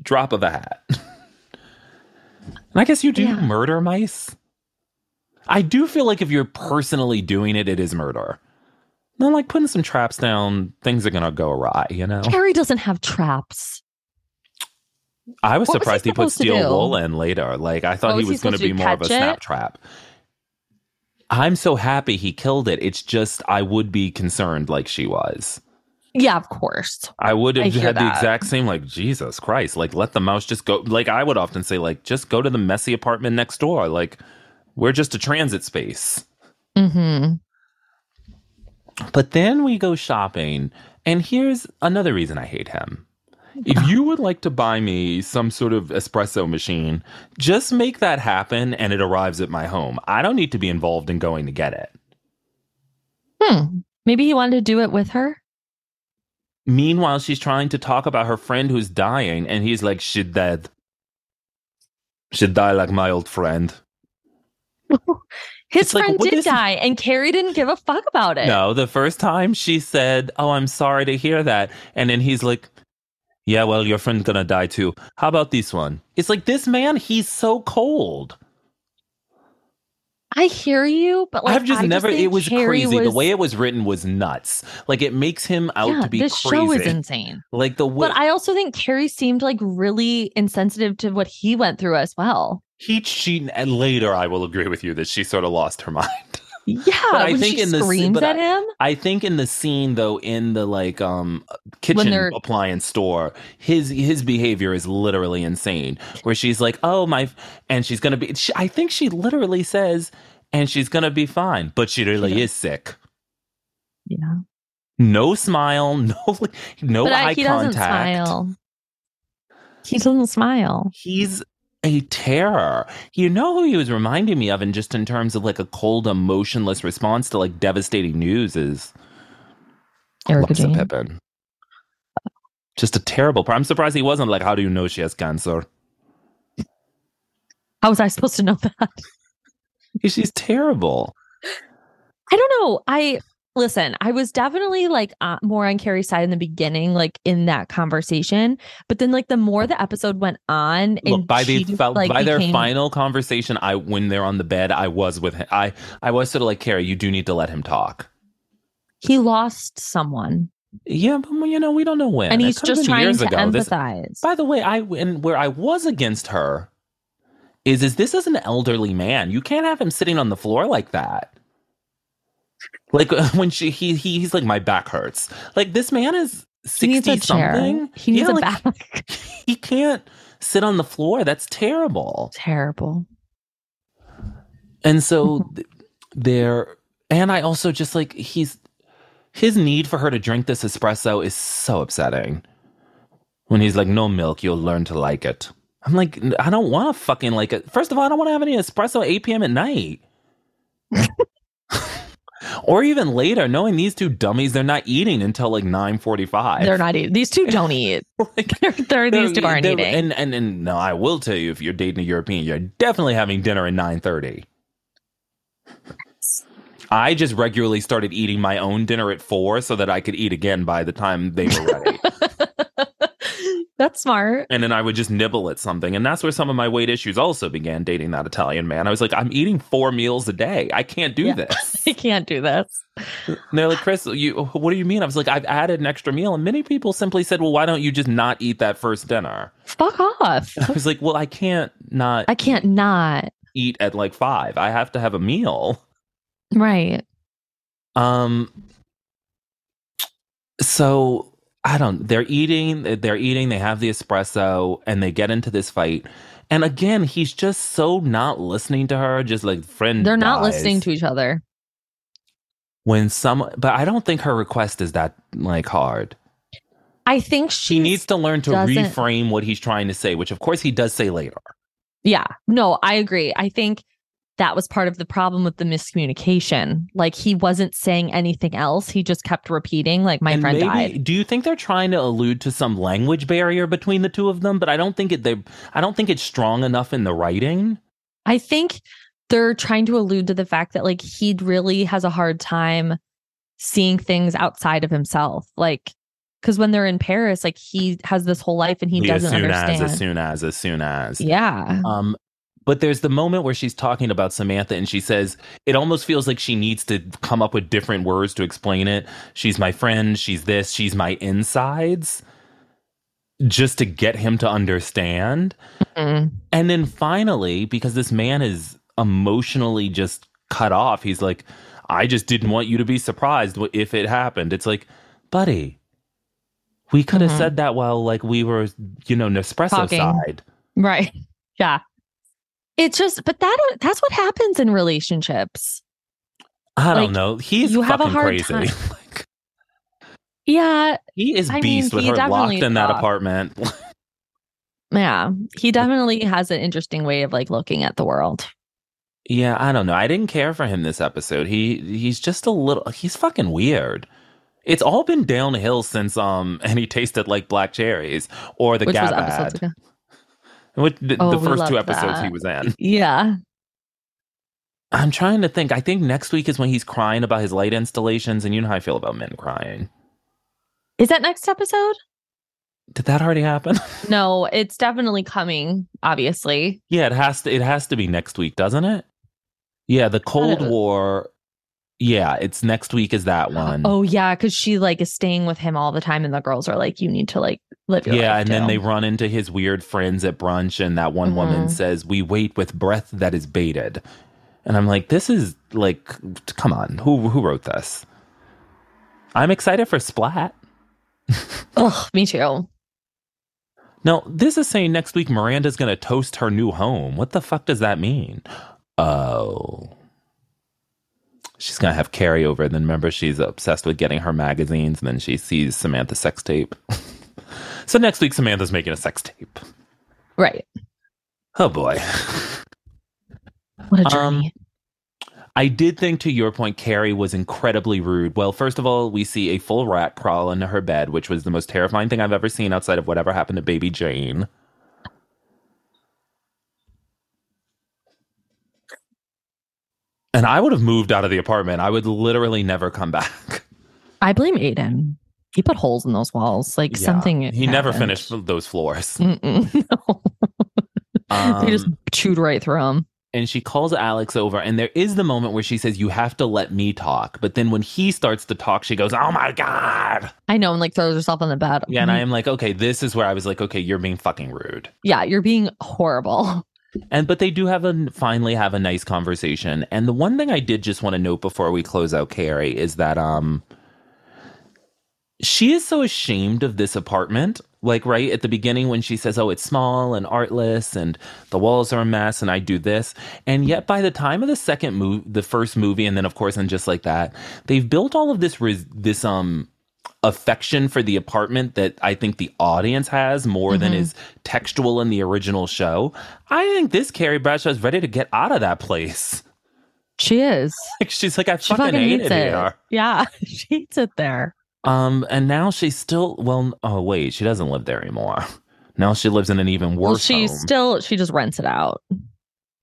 Drop of a hat. and I guess you do Yeah. murder mice. I do feel like if you're personally doing it, it is murder. Not like putting some traps down, things are gonna go awry. You know, Carrie doesn't have traps. I was What was he surprised he, put supposed to do? steel wool in later. Like I thought What he was he was gonna supposed to be do, more of a catch it? snap trap. I'm so happy he killed it. It's just I would be concerned like she was. Yeah, of course. I would I have hear had the that. exact same, like, Jesus Christ, like, let the mouse just go. Like, I would often say, like, just go to the messy apartment next door. Like, we're just a transit space. Mm-hmm. But then we go shopping. And here's another reason I hate him. If you would like to buy me some sort of espresso machine, just make that happen and it arrives at my home. I don't need to be involved in going to get it. Hmm. Maybe he wanted to do it with her. Meanwhile, she's trying to talk about her friend who's dying, and he's like, She dead. She die like my old friend. His It's like, friend what did is- die, and Carrie didn't give a fuck about it. No, the first time she said, "Oh, I'm sorry to hear that," and then he's like, "Yeah, well, your friend's gonna die too. How about this one?" It's like this man, he's so cold. I hear you, but like I've just I never. think it was Carrie crazy. Was, The way it was written was nuts. Like it makes him out yeah, to be this crazy. show is insane. like the way But I also think Carrie seemed like really insensitive to what he went through as well. he cheating. And later, I will agree with you that she sort of lost her mind. Yeah, I when think she in the se- screams but at I- him. I think in the scene though, in the like um kitchen they're- appliance store, his his behavior is literally insane. Where she's like, "Oh my," and she's gonna be. She, I think she literally says, "And she's gonna be fine," but she really is sick. Yeah, No smile, no no but I- eye he doesn't contact. smile. He doesn't smile. He's a terror. You know who he was reminding me of, and just in terms of like a cold, emotionless response to like devastating news is Erica Lots of Jane. Pippin. Just a terrible. part. I'm surprised he wasn't like, "How do you know she has cancer?" How was I supposed to know that? She's terrible. I don't know. I listen. I was definitely like uh, more on Carrie's side in the beginning, like in that conversation. But then, like the more the episode went on, and Look, by the she, fel- like, by their became- final conversation, I when they're on the bed, I was with him. I I was sort of like, Carrie, you do need to let him talk. he lost someone, Yeah, but you know, we don't know when. and It he's could've just been trying years to ago. This- empathize. by the way, I and where I was against her is is this is an elderly man. You can't have him sitting on the floor like that. Like when she he, he he's like my back hurts. Like this man is he needs sixty a chair. something. He needs Yeah, a like, back. He can't sit on the floor. That's terrible. Terrible. And so th- there, and I also just like he's his need for her to drink this espresso is so upsetting. When he's like, "No milk, you'll learn to like it." I'm like, "N- I don't want to fucking like it. First of all, I don't want to have any espresso at 8 p.m. at night. or even later, knowing these two dummies, they're not eating until like 9:45. They're not eating. These two don't eat. like, They're, they're- these two they're- aren't they're- eating. And, and and no, I will tell you, if you're dating a European, you're definitely having dinner at nine thirty. I just regularly started eating my own dinner at four so that I could eat again by the time they were ready. That's smart. And then I would just nibble at something. And that's where some of my weight issues also began dating that Italian man. I was like, I'm eating four meals a day. I can't do Yeah. this. You can't do this. And they're like, Chris, you, what do you mean? I was like, I've added an extra meal. And many people simply said, well, why don't you just not eat that first dinner? Fuck off. I was like, well, I can't not I can't not. eat at like five. I have to have a meal. Right. Um. So I don't. They're eating. They're eating. They have the espresso, and they get into this fight. And again, he's just so not listening to her. Just like friend, They're not dies. listening to each other. when some. But I don't think her request is that like hard. I think She needs to learn to doesn't- reframe what he's trying to say, which of course he does say later. Yeah. No, I agree. I think that was part of the problem with the miscommunication. Like he wasn't saying anything else. He just kept repeating, like, my And friend maybe- died. Do you think they're trying to allude to some language barrier between the two of them? But I don't think it. They. I don't think it's strong enough in the writing. I think they're trying to allude to the fact that like he really has a hard time seeing things outside of himself. Like, because when they're in Paris, like he has this whole life and he Like, doesn't as soon understand. as as soon as as soon as yeah. um but there's the moment where she's talking about Samantha and she says it almost feels like she needs to come up with different words to explain it. She's my friend, she's this, she's my insides just to get him to understand. Mm. And then finally because this man is emotionally just cut off, he's like I just didn't want you to be surprised wh- if it happened. It's like, buddy, we could have Mhm. said that while like we were, you know, Nespresso Talking. side. Right. Yeah. It's just, but that that's what happens in relationships. I Like, don't know. He's you fucking have a hard crazy. time. like Yeah. he is I mean, beast he with her locked definitely uh, in that thought- apartment. Yeah, he definitely has an interesting way of like looking at the world. yeah, I don't know. I didn't care for him this episode. He he's just a little he's fucking weird. It's all been downhill since um and he tasted like black cherries or the which was gap episodes ad. ago. Which the, Oh, the we first two loved episodes he that. was in. Yeah. I'm trying to think. I think next week is when he's crying about his light installations and you know how I feel about men crying. Is that next episode? Did that already happen? No, it's definitely coming, obviously. Yeah, it has to. It has to be next week, doesn't it? Yeah, the Cold was- War. Yeah, it's next week. Is that one? Oh yeah, because she like is staying with him all the time, and the girls are like, "You need to like live your yeah, life." and then too." they run into his weird friends at brunch, and that one woman Mhm. says, "We wait with breath that is bated," and I'm like, "This is like, come on, who who wrote this?" I'm excited for Splat. Ugh, me too. No, this is saying next week Miranda's going to toast her new home. What the fuck does that mean? Oh. She's going to have carryover. Then remember, she's obsessed with getting her magazines, and then she sees Samantha's sex tape. so next week, Samantha's making a sex tape. Right. Oh boy. What a Um, journey. I did think, to your point, Carrie was incredibly rude. Well, first of all, we see a full rat crawl into her bed, which was the most terrifying thing I've ever seen outside of whatever happened to Baby Jane. And I would have moved out of the apartment. I would literally never come back. I blame Aiden. He put holes in those walls. Like Yeah. something. He never happened. finished those floors. Mm-mm. No. Um, they just chewed right through him. and she calls Alex over, and there is the moment where she says, "You have to let me talk." But then when he starts to talk, she goes, "Oh my god!" I know, and like throws herself on the bed. Yeah, and I am like, okay, this is where I was like, okay, you're being fucking rude. yeah, you're being horrible. And but they do have a finally have a nice conversation. And the one thing I did just want to note before we close out Carrie is that um she is so ashamed of this apartment. Like right at the beginning when she says, "Oh, it's small and artless and the walls are a mess and I do this." And yet by the time of the second movie, the first movie and then of course and just like that, they've built all of this res- this um affection for the apartment that I think the audience has more than Mhm. is textual in the original show. I think this Carrie Bradshaw is ready to get out of that place. She is. Like she's like, I She fucking, hate hates it, it. here. Yeah, she hates it there. Um, and now she's still well. Oh wait, she doesn't live there anymore. Now she lives in an even worse well, she home. still she just rents it out.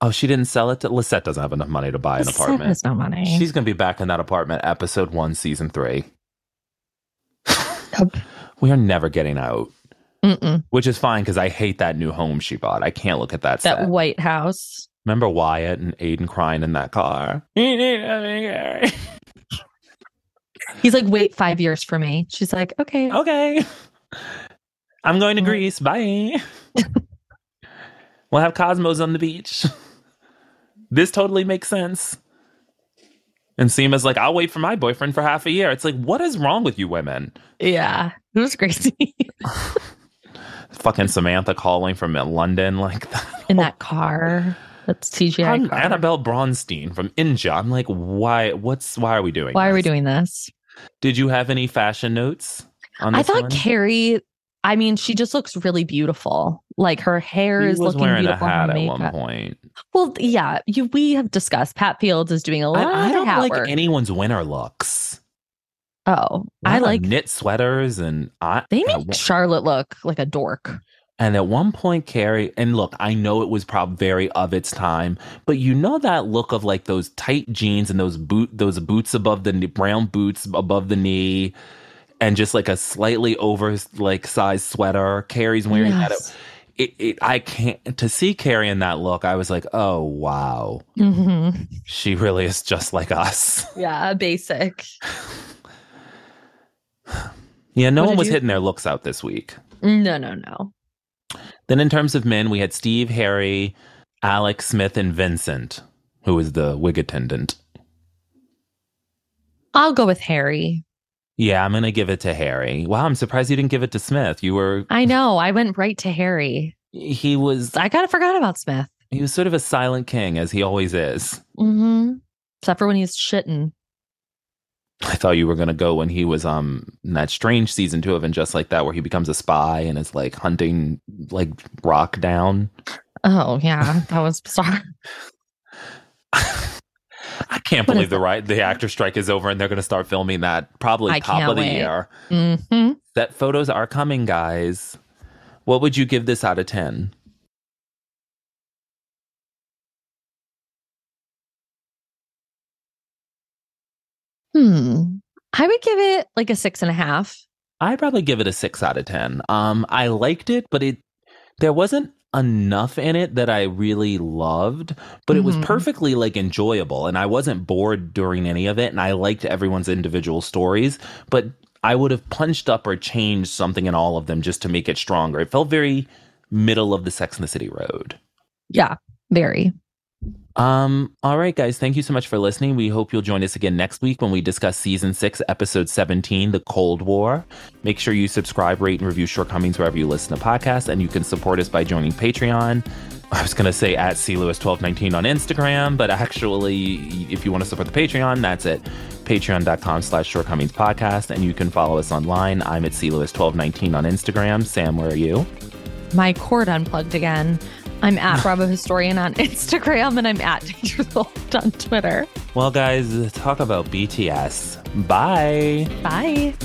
oh, she didn't sell it. to Lisette doesn't have enough money to buy an Seth apartment. has no money. She's gonna be back in that apartment, episode one, season three. Yep. we are never getting out. Mm-mm. which is fine because I hate that new home she bought. I can't look at that. That set. White House. Remember Wyatt and Aiden crying in that car? okay. He's like, wait five years for me. She's like, okay. Oh, I'm going to Mm. Greece. Bye. we'll have Cosmos on the beach. This totally makes sense. And Seema's like, I'll wait for my boyfriend for half a year. It's like, what is wrong with you women? Yeah. It was crazy Fucking Samantha calling from London like that. in that car. That's I'm TGI. car. Annabelle Bronstein from Inja. I'm like, why? What's why are we doing? Why are we this? doing this? Did you have any fashion notes? On I this thought one? Carrie. I mean, she just looks really beautiful. Like her hair He is was looking wearing a beautiful. her hat at makeup. one point. Well, yeah, you, we have discussed Pat Fields is doing a lot I, I of don't hat like work. anyone's winter looks. oh, A lot I of like knit sweaters and I. they at make one- Charlotte look like a dork. and at one point, Carrie and look, I know it was probably very of its time, but you know that look of like those tight jeans and those boot, those boots above the knee, brown boots above the knee, and just like a slightly over like size sweater. Carrie's wearing that. Yes. It, it, I can't to see Carrie in that look. I was like, oh wow, Mhm. she really is just like us. Yeah, basic. Yeah, no What one did was you- hitting their looks out this week. No, no, no. Then, in terms of men, we had Steve, Harry, Alex, Smith, and Vincent, who is the wig attendant. I'll go with Harry. Yeah, I'm going to give it to Harry. Wow, I'm surprised you didn't give it to Smith. You were, I know. I went right to Harry. he was, I kind of forgot about Smith. he was sort of a silent king, as he always is. Mm-hmm. Except for when he's shitting. I thought you were going to go when he was um in that strange season two of And Just Like That, where he becomes a spy and is like hunting like rock down. Oh yeah, that was bizarre. I can't What is believe the that? right the actor strike is over and they're going to start filming that probably I top can't of the wait. year. Mm-hmm. that photos are coming, guys. What would you give this out of 10? Hmm. I would give it like a six and a half. I'd probably give it a 6 out of 10. Um I liked it, but it there wasn't enough in it that I really loved, but it was Mhm. perfectly like enjoyable and I wasn't bored during any of it and I liked everyone's individual stories, but I would have punched up or changed something in all of them just to make it stronger. It felt very middle of the Sex and the City road. Yeah, very. Um, all right, guys, thank you so much for listening. We hope you'll join us again next week when we discuss season six, episode 17, The Cold War. Make sure you subscribe, rate, and review shortcomings wherever you listen to podcasts, and you can support us by joining Patreon. I was gonna say at CLewis1219 on Instagram, but actually, if you want to support the Patreon, that's it. Patreon.com slash shortcomings podcast, and you can follow us online. I'm at CLewis1219 on Instagram. Sam, where are you? My cord unplugged again. I'm at Bravo Historian on Instagram and I'm at Danger Theft on Twitter. Well, guys, talk about BTS. Bye. Bye.